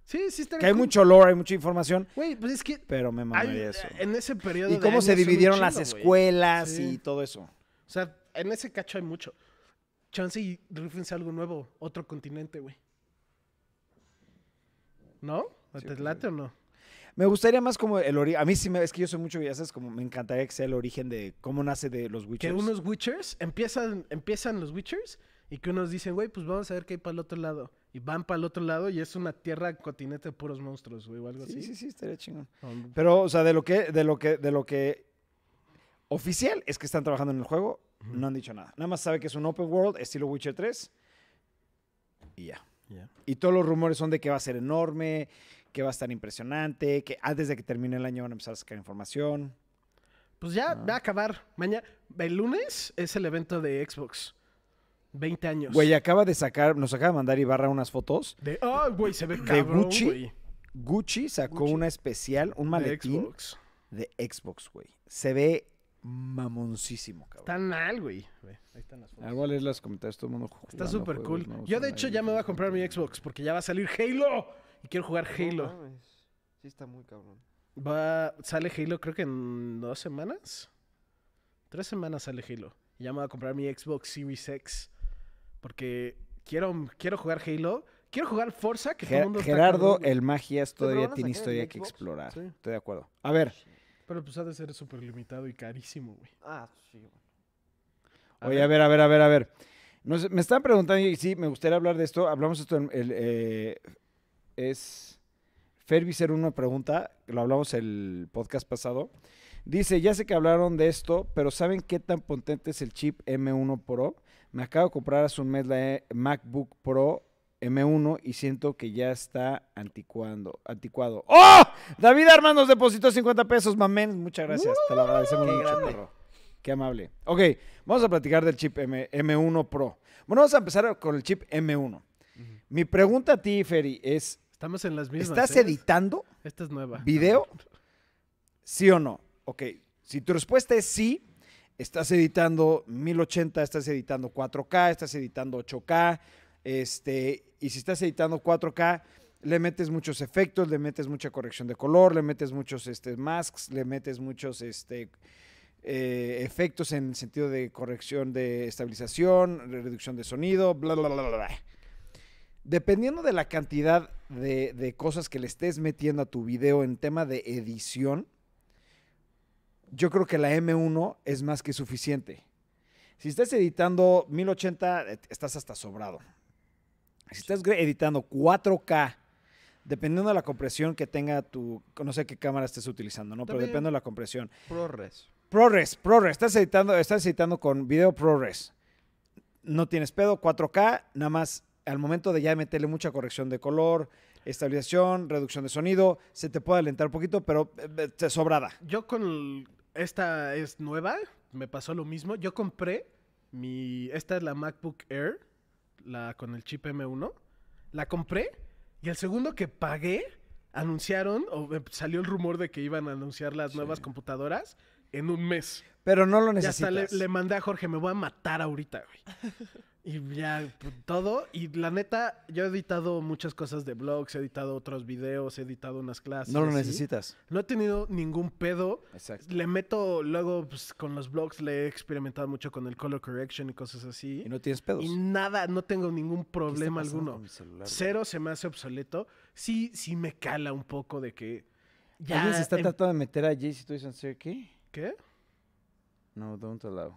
Sí, sí estaría Que hay cool. mucho lore, hay mucha información, Güey, pues es que. pero me hay- mamaría eso. en ese periodo. Y de cómo se años son un dividieron las chingo, güey. escuelas Sí. y todo eso. O sea, en ese cacho hay mucho. Chance y rífense algo nuevo. Otro continente, güey. ¿No? Sí, ¿Te pues, late o no? Me gustaría más como el origen. A mí sí me, es que yo soy mucho, ya sabes, como me encantaría que sea el origen de cómo nace de los Que Witchers. unos Witchers empiezan, empiezan los Witchers y que unos dicen, güey, pues vamos a ver qué hay para el otro lado. Y van para el otro lado y es una tierra continente de puros monstruos, güey, o algo Sí, así. sí, sí, estaría chingón. Um, Pero, o sea, de lo que, de lo que, de lo que oficial es que están trabajando en el juego, no han dicho nada. Nada más sabe que es un open world, estilo Witcher 3. Y ya. Y todos los rumores son de que va a ser enorme, que va a estar impresionante, que antes de que termine el año van a empezar a sacar información. Pues Ah. ya va a acabar. Mañana, el lunes es el evento de Xbox. 20 años. Güey, acaba de sacar, nos acaba de mandar Ibarra unas fotos. De, ah, güey, se ve cabrón, Gucci? güey. Gucci sacó Gucci. una especial, un De maletín Xbox. de Xbox, güey. Se ve mamoncísimo, cabrón. Está mal, güey. Ve, Ahí están las Ahora fotos. voy a leer los comentarios, todo el mundo Está jugando súper juegos cool. nuevos Yo, de online. hecho, ya me voy a comprar mi Xbox porque ya va a salir Halo. Y quiero jugar No Halo. mames. Sí, está muy cabrón. Va, sale Halo creo que en dos semanas. Tres semanas sale Halo. Y ya me voy a comprar mi Xbox Series X. Porque quiero, quiero jugar Halo. Quiero jugar Forza, que todo el Ger- mundo está Gerardo, cabrón, güey. el Magias pero todavía van a tiene sacar el historia que Xbox, explorar. sí. Estoy de acuerdo. A ver, Pero pues ha de ser súper limitado y carísimo, güey. Ah, sí, güey. A Oye, a ver, a ver, a ver, a ver. No sé, me están preguntando, y sí, me gustaría hablar de esto. Hablamos esto en el. eh, es. Fervicer uno pregunta, lo hablamos el podcast pasado. Dice, ya sé que hablaron de esto, pero ¿saben qué tan potente es el chip M1 Pro? Me acabo de comprar hace un mes la eh, MacBook Pro M1 y siento que ya está anticuando, anticuado. ¡Oh! David Armando nos depositó 50 pesos, mamén. Muchas gracias, te lo agradecemos Qué mucho, grande. perro. Qué amable. Ok, vamos a platicar del chip M M1 Pro. Bueno, vamos a empezar con el chip M1. Mi pregunta a ti, Ferry, es, Estamos en las mismas. ¿estás ¿eh? editando? Esta es nueva. ¿Video? ¿Sí o no? Ok, si tu respuesta es sí, estás editando 1080, estás editando 4K, estás editando 8K, este, y si estás editando 4K, le metes muchos efectos, le metes mucha corrección de color, le metes muchos este, masks, le metes muchos este, eh, efectos en sentido de corrección de estabilización, re- reducción de sonido, bla, bla, bla, bla, bla. Dependiendo de la cantidad de, de cosas que le estés metiendo a tu video en tema de edición, yo creo que la M1 es más que suficiente. Si estás editando 1080, et- estás hasta sobrado. Si estás gre- editando 4K, dependiendo de la compresión que tenga tu, no sé qué cámara estés utilizando, ¿no? Pero También- depende de la compresión. ProRes. ProRes, ProRes, estás editando, estás editando con video ProRes. No tienes pedo, 4K, nada más al momento de ya meterle mucha corrección de color, estabilización, reducción de sonido, se te puede alentar un poquito, pero eh, eh, te sobrada. Yo con el- esta es nueva, me pasó lo mismo. Yo compré mi esta es la MacBook Air, la con el chip M1. La compré y el segundo que pagué anunciaron o me salió el rumor de que iban a anunciar las nuevas computadoras en un mes. Pero no lo Ya hasta necesitas. le, le mandé a Jorge, me voy a matar ahorita, güey. Y ya pues, todo. Y la neta, yo he editado muchas cosas de blogs, he editado otros videos, he editado unas clases. no lo así. necesitas. No he tenido ningún pedo. Exacto. Le meto luego pues, con los blogs, le he experimentado mucho con el color correction y cosas así. Y no tienes pedos. Y nada, no tengo ningún ¿Qué está problema pasando alguno. con mi celular, güey? Cero se me hace obsoleto. Sí, sí me cala un poco de que ya ¿Alguien se está em- tratando de meter a Jay Situation Circuit? ¿Qué? No, don't allow.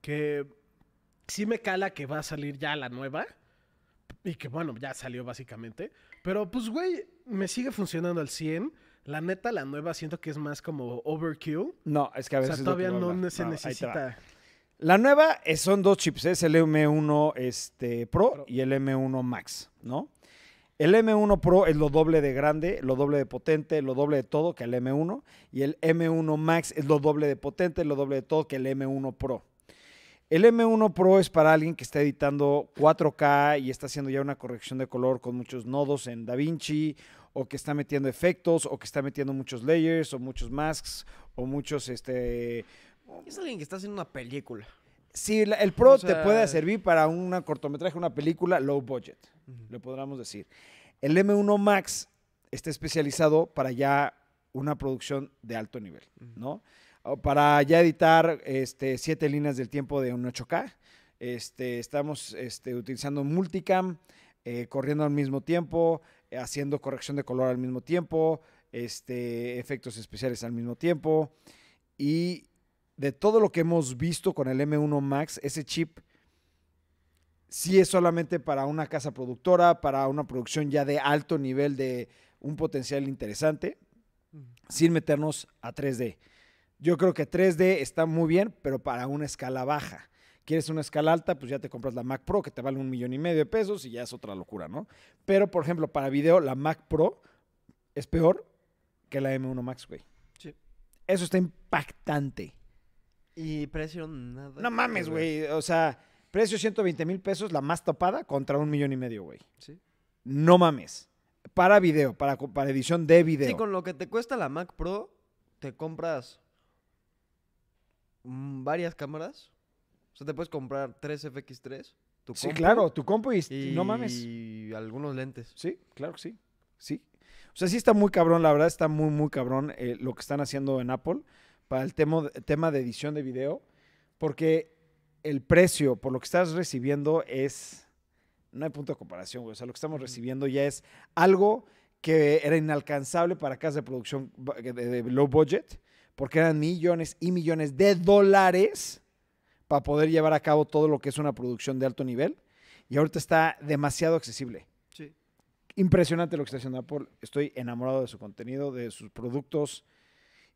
Que sí me cala que va a salir ya la nueva y que bueno, ya salió básicamente, pero pues güey, me sigue funcionando al 100. La neta la nueva siento que es más como overkill. No, es que a O veces... es sea, lo que todavía voy a no hablar. se ahí te va. necesita. La nueva eh, son dos chips, es el M1 este, Pro, Pro. y el M1 Max, ¿no? El M1 Pro es lo doble de grande, lo doble de potente, lo doble de todo que el M1. Y el M1 Max es lo doble de potente, lo doble de todo que el M1 Pro. El M1 Pro es para alguien que está editando 4K y está haciendo ya una corrección de color con muchos nodos en DaVinci, o que está metiendo efectos, o que está metiendo muchos layers, o muchos masks, o muchos este, Es alguien que está haciendo una película. Sí, la- el Pro O te sea- puede servir para un cortometraje, una película low budget, Ujú. le podríamos decir. El M1 Max está especializado para ya una producción de alto nivel, Ujú. ¿no? O Para ya editar este, siete líneas del tiempo de un 8K. Este, estamos este, utilizando multicam, eh, corriendo al mismo tiempo, eh, haciendo corrección de color al mismo tiempo, este, efectos especiales al mismo tiempo. Y de todo lo que hemos visto con el M1 Max, ese chip sí es solamente para una casa productora, para una producción ya de alto nivel, de un potencial interesante, Ujú. sin meternos a 3D. Yo creo que 3D está muy bien, pero para una escala baja. Quieres una escala alta, pues ya te compras la Mac Pro, que te vale un millón y medio de pesos y ya es otra locura, ¿no? Pero, por ejemplo, para video, la Mac Pro es peor que la M1 Max, güey. Sí. Eso está impactante. Y precio nada. No mames, que ver. güey. O sea, precio 120 mil pesos, la más tapada, contra un millón y medio, güey. Sí. No mames. Para video, para, co- para edición de video. Sí, con lo que te cuesta la Mac Pro, te compras mm, varias cámaras. O sea, te puedes comprar 3 FX3. Tu Sí, compu claro, tu compu y, Y no mames. Y algunos lentes. Sí, claro que sí. Sí. O sea, sí está muy cabrón, la verdad, está muy, muy cabrón eh, lo que están haciendo en Apple para el tema, tema de edición de video, porque el precio por lo que estás recibiendo es. No hay punto de comparación, güey. O sea, lo que estamos recibiendo ya es algo que era inalcanzable para casas de producción ba- de, de low budget, porque eran millones y millones de dólares para poder llevar a cabo todo lo que es una producción de alto nivel. Y ahorita está demasiado accesible Sí. impresionante lo que está haciendo Apple. Estoy enamorado de su contenido, de sus productos.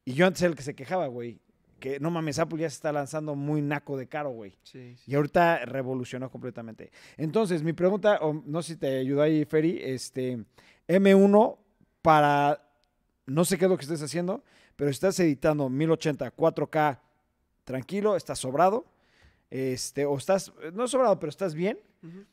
Y yo antes era el que se quejaba, güey. Que no mames, Apple ya se está lanzando muy naco de caro, güey. Sí, sí. Y ahorita revolucionó completamente. Entonces, mi pregunta, o no sé si te ayudó ahí, Ferry, este, M1 para, no sé qué es lo que estés haciendo, pero si estás editando 1080, 4K, tranquilo, estás sobrado, este, o estás, no sobrado, pero estás bien, Ujú.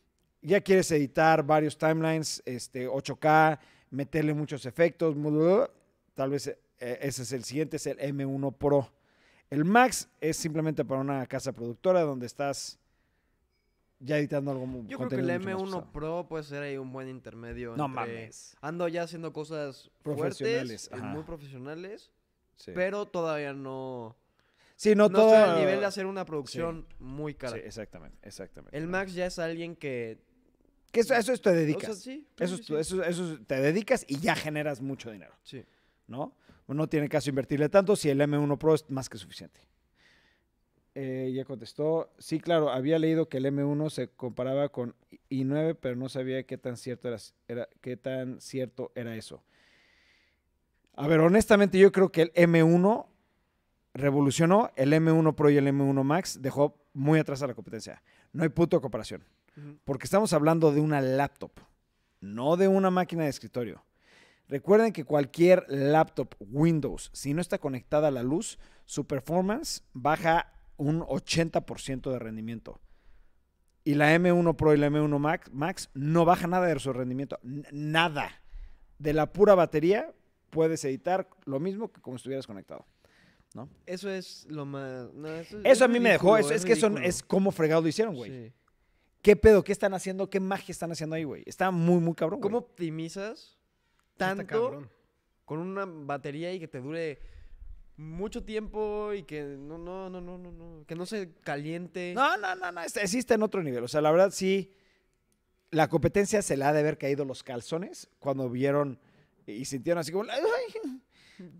ya quieres editar varios timelines, este, 8K, meterle muchos efectos, bla, bla, bla. tal vez eh, ese es el siguiente, es el M1 Pro. El Max es simplemente para una casa productora donde estás ya editando algo muy Yo creo que el M1 Pro puede ser ahí un buen intermedio. No entre- mames. Ando ya haciendo cosas Profesionales, profesionales, ajá. muy profesionales, Sí, pero todavía no. Sí, no, No, todo. estoy al nivel de hacer una producción muy cara. Sí, exactamente, exactamente. El Max ya es alguien que. Que eso, a eso es te o dedicas. sea, sí, eso, es sí, sí, tu- eso- eso es- te dedicas y ya generas mucho dinero, sí. ¿no? No tiene caso invertirle tanto si el M1 Pro es más que suficiente. Eh, ya contestó. Sí, claro, había leído que el M1 se comparaba con I- i9, pero no sabía qué tan cierto era, era- qué tan cierto era eso. A ver, honestamente, yo creo que el M1 revolucionó. El M1 Pro y el M1 Max dejó muy atrás a la competencia. No hay punto de comparación. Ujú. Porque estamos hablando de una laptop, no de una máquina de escritorio. Recuerden que cualquier laptop Windows, si no está conectada a la luz, su performance baja un 80% de rendimiento. Y la M1 Pro y la M1 Max, Max no baja nada de su rendimiento. n- Nada. De la pura batería puedes editar lo mismo que como estuvieras conectado. Eso es lo más. no, eso, es Eso a mí me dejó. eso- ridículo, es que eso ridículo. es como fregado lo hicieron, güey. Sí. ¿Qué pedo? ¿Qué están haciendo? ¿Qué magia están haciendo ahí, güey? Está muy, muy cabrón. güey. ¿Cómo optimizas Está tanto cabrón. con una batería y que te dure mucho tiempo y que no, no, no, no, no, no, que no se caliente? No, no, no, no. este- Existe en otro nivel. O sea, la verdad sí. La competencia se la ha de haber caído los calzones cuando vieron y sintieron así como. "Ay".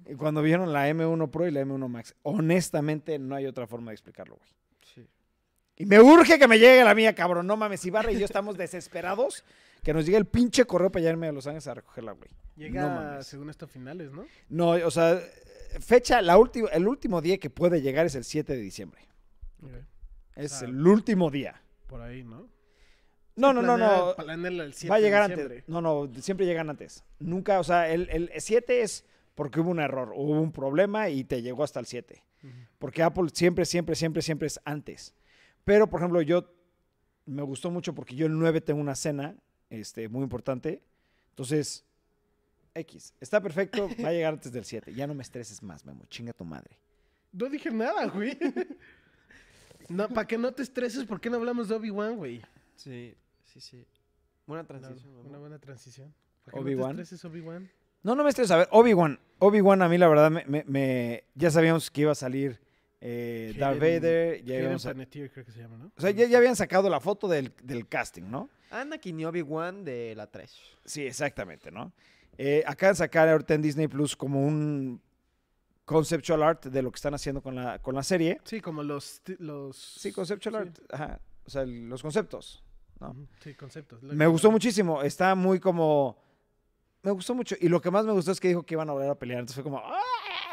Y Cuando vieron la M1 Pro y la M1 Max. Honestamente, no hay otra forma de explicarlo, güey. Sí. Y me urge que me llegue la mía, cabrón. No mames, Ibarra y yo estamos desesperados que nos llegue el pinche correo para llevarme a Los Ángeles a recogerla, güey. Llega, No mames. según esto, a finales, ¿no? No, o sea, fecha, la última, el último día que puede llegar es el 7 de diciembre. Ok. Es O sea, el último día. Por ahí, ¿no? No, no, no, no. Planearla el 7 Va a de llegar diciembre. antes. No, no, siempre llegan antes. Nunca, o sea, el, el 7 es porque hubo un error, hubo un problema y te llegó hasta el 7. Ujú. Porque Apple siempre, siempre, siempre, siempre es antes. Pero, por ejemplo, yo me gustó mucho porque yo el 9 tengo una cena este, muy importante. Entonces, X, está perfecto, va a llegar antes del 7. Ya no me estreses más, Memo, chinga tu madre. No dije nada, güey. No, para que no te estreses, ¿por qué no hablamos de Obi-Wan, güey? Sí, sí, sí. Buena Una, transición. ¿no? una buena transición. ¿Para que no Obi-Wan. te estreses, Obi-Wan? No, no me estreso. A ver, Obi-Wan. Obi-Wan a mí la verdad me, me- me- ya sabíamos que iba a salir eh, Darth Hayden- Vader. Ya, Hayden habíamos- Panettiere creo que se llama, ¿no? o sea, ya, ya habían sacado la foto del, del casting, ¿no? Anakin y Obi-Wan de la 3. Sí, exactamente, ¿no? Eh, acaban de sacar ahorita en Disney Plus como un conceptual art de lo que están haciendo con la, con la serie. Sí, como los... ti- los Sí, conceptual sí. art. Ajá. O sea, el- los conceptos, ¿no? Ujú, Sí, conceptos. Me gustó muchísimo. Está muy como... Me gustó mucho. Y lo que más me gustó es que dijo que iban a volver a pelear. Entonces fue como... ¡Ah!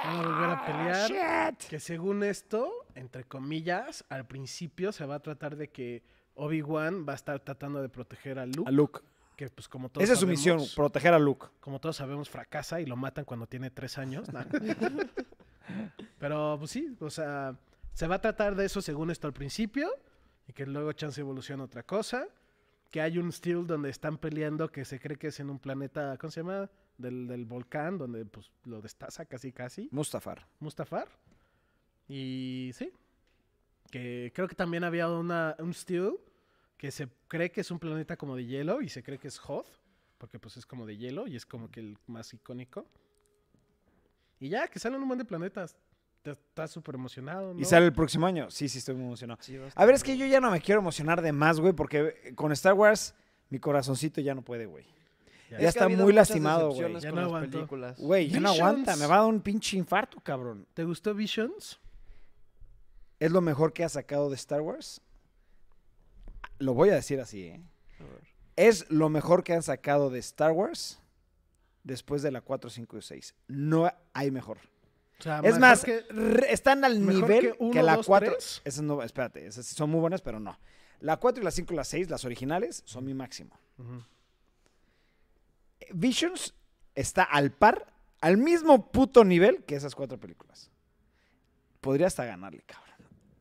Van a volver a pelear. ¡Shit! Que según esto, entre comillas, al principio se va a tratar de que Obi-Wan va a estar tratando de proteger a Luke. A Luke. Que pues como todos Esa es su misión, sabemos- proteger a Luke. como todos sabemos, fracasa y lo matan cuando tiene tres años. ¿no? Pero pues sí, o sea, se va a tratar de eso según esto al principio y que luego chance evoluciona a otra cosa. Que hay un steel donde están peleando que se cree que es en un planeta, ¿cómo se llama? Del, del volcán, donde pues lo destaza casi casi, Mustafar. Mustafar. Y sí, que creo que también había una, un steel que se cree que es un planeta como de hielo y se cree que es Hoth, porque pues es como de hielo y es como que el más icónico. Y ya, que salen un montón de planetas. Te- Estás súper emocionado, ¿no? Y sale el próximo año. Sí, sí, estoy muy emocionado. Sí, va a A ver, estar es que bueno. yo ya no me quiero emocionar de más, güey, porque eh, con Star Wars mi corazoncito ya no puede, güey. Ya, Ya. Es que ha está habido muy muchas lastimado, güey. decepciones Ya con no las aguantó. películas. Güey, ya no Visions. aguanta. Me va a dar un pinche infarto, cabrón. ¿Te gustó Visions? Es lo mejor que ha sacado de Star Wars. Lo voy a decir así, ¿eh? A ver. Es lo mejor que han sacado de Star Wars después de la 4, 5 y 6. No hay mejor. O sea, es mejor más, que- re- están al mejor nivel que que, uno, la dos, 4. tres. Esas no, espérate, esas sí son muy buenas, pero no. La 4 y la 5 y la 6, las originales, son mi máximo. Ujú. Visions está al par, al mismo puto nivel que esas cuatro películas. Podría hasta ganarle, cabrón.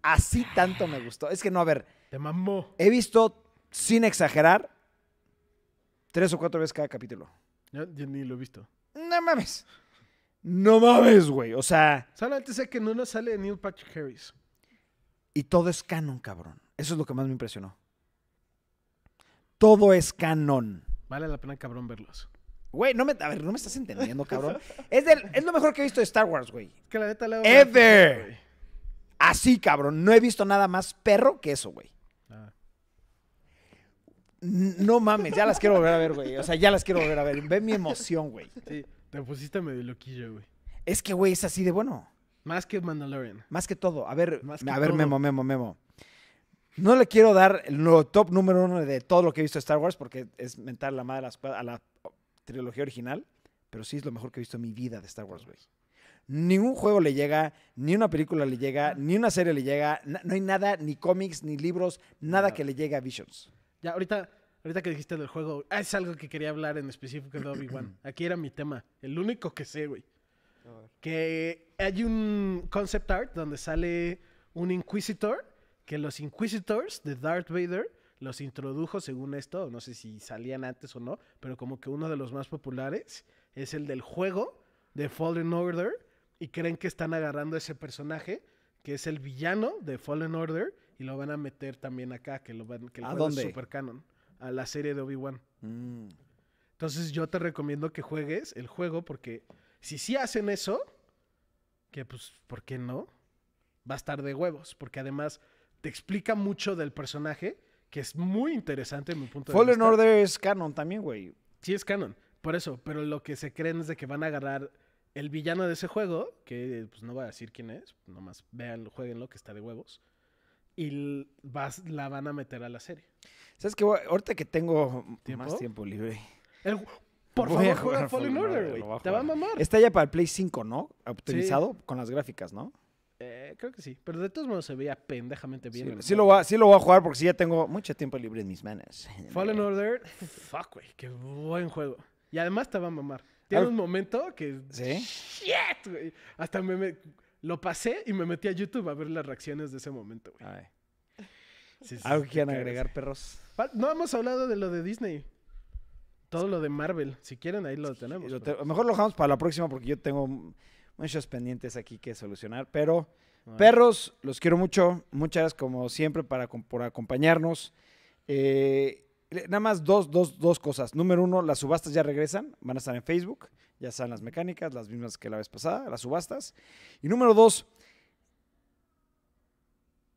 Así tanto me gustó. Es que no, a ver, te mamó. he visto, sin exagerar, tres o cuatro veces cada capítulo. Yo, yo ni lo he visto. No mames. No mames, güey. O sea, Solamente sé que no nos sale Neil Patrick Harris. y todo es canon, cabrón. Eso es lo que más me impresionó. Todo es canon. Vale la pena, cabrón, verlos. Güey, no me, a ver, no me estás entendiendo, cabrón. Es, del- es lo mejor que he visto de Star Wars, güey. Es que la neta la Ever. Así, cabrón. No he visto nada más perro que eso, güey. Ah. N- No mames, ya las quiero volver a ver, güey. O sea, ya las quiero volver a ver. Ve mi emoción, güey. Sí, te pusiste medio loquillo, güey. Es que, güey, es así de bueno. Más que Mandalorian. Más que todo. A ver, Más que a ver, todo. Memo, Memo, Memo. No le quiero dar lo top número uno de todo lo que he visto de Star Wars porque es mentar la madre a las cua- a la, trilogía original, pero sí es lo mejor que he visto en mi vida de Star Wars, güey. Ningún juego le llega, ni una película le llega, ni una serie le llega, na- no hay nada, ni cómics, ni libros, nada Nada. que le llegue a Visions. Ya, ahorita, ahorita que dijiste del juego, ah, es algo que quería hablar en específico de Obi-Wan. Aquí era mi tema. El único que sé, güey. A ver. Que hay un concept art donde sale un Inquisitor, que los Inquisitors de Darth Vader los introdujo según esto, no sé si salían antes o no, pero como que uno de los más populares es el del juego de Fallen Order y creen que están agarrando ese personaje que es el villano de Fallen Order y lo van a meter también acá, que lo van que el ¿A juego es dónde? super canon, a la serie de Obi-Wan. Mm. Entonces yo te recomiendo que juegues el juego porque si sí hacen eso, que pues, ¿por qué no? Va a estar de huevos, porque además te explica mucho del personaje, que es muy interesante en mi punto de Fallen vista. Order es canon también, güey. Sí es canon, por eso, pero lo que se creen es de que van a agarrar el villano de ese juego, que pues no voy a decir quién es, nomás véanlo, jueguenlo, que está de huevos, y l- vas- la van a meter a la serie. ¿Sabes qué? güey? Ahorita que tengo ¿Tiempo? más tiempo libre. El ju- por Voy a favor, jugar juega Fallen Order, lo voy a güey. Te va a jugar. mamar. Está ya para el Play 5, ¿no? Optimizado con las gráficas, ¿no? Eh, creo que sí. Pero de todos modos se veía pendejamente bien. Sí, el sí lo juego. voy a, sí lo voy a jugar porque sí ya tengo mucho tiempo libre en mis manos. Fallen Order. Fuck, güey. Qué buen juego. Y además te va a mamar. Tiene Ah, un momento que. ¿Sí? Shit, güey. Hasta me, me- Lo pasé y me metí a YouTube a ver las reacciones de ese momento, güey. A ver, Sí, sí, ¿Algo sí, que te quieran cagas. agregar, perros? Pa- No hemos hablado de lo de Disney. Todo lo de Marvel. Si quieren, ahí lo tenemos. Lo te- pero- mejor lo dejamos para la próxima porque yo tengo muchos pendientes aquí que solucionar. Pero, Bueno. perros, los quiero mucho. Muchas gracias, como siempre, para, com- por acompañarnos. Eh, le- nada más dos, dos, dos cosas. Número uno, las subastas ya regresan. Van a estar en Facebook. Ya están las mecánicas, las mismas que la vez pasada, las subastas. Y número dos,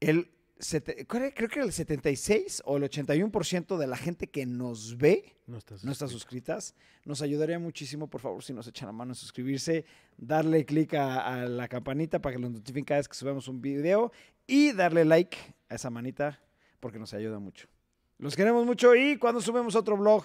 el sete- ¿cuál era? creo que era el 76 o el 81% de la gente que nos ve No estás. no están suscritas, nos ayudaría muchísimo, por favor, si nos echan la mano en suscribirse, darle clic a, a la campanita para que nos notifiquen cada vez que subamos un video y darle like a esa manita porque nos ayuda mucho. Los queremos mucho y cuando subimos otro vlog,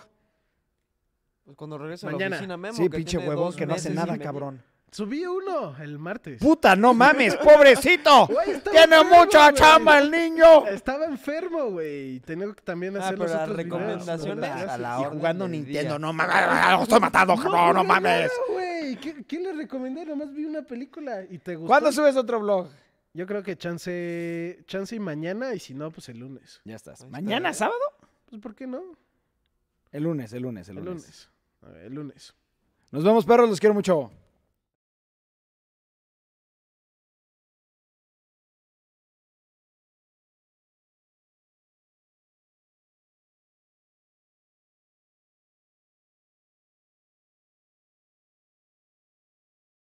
Pues cuando regrese a Mañana. la oficina Memo. sí, que pinche tiene huevón dos que no hace meses nada, sin venir. cabrón. Subí uno el martes. Puta, no mames, pobrecito. Güey, estaba Tiene enfermo, mucha güey. chamba el niño. Estaba enfermo, güey. Tenía que también Ah, hacer pero los las otros videos, recomendaciones ¿no? Las a la gracias. Y orden jugando del Nintendo, día. no mames, lo estoy matando, cabrón, no jugué mames. nada, güey. ¿Qué, qué le recomendé? Nomás vi una película y te gustó. ¿Cuándo subes otro vlog? Yo creo que chance, chance y mañana y si no, pues el lunes. Ya estás. Ahí está. ¿Mañana, sábado? Pues ¿por qué no? El lunes, el lunes, el El lunes. lunes. A ver, el lunes. Nos vemos, perros. Los quiero mucho.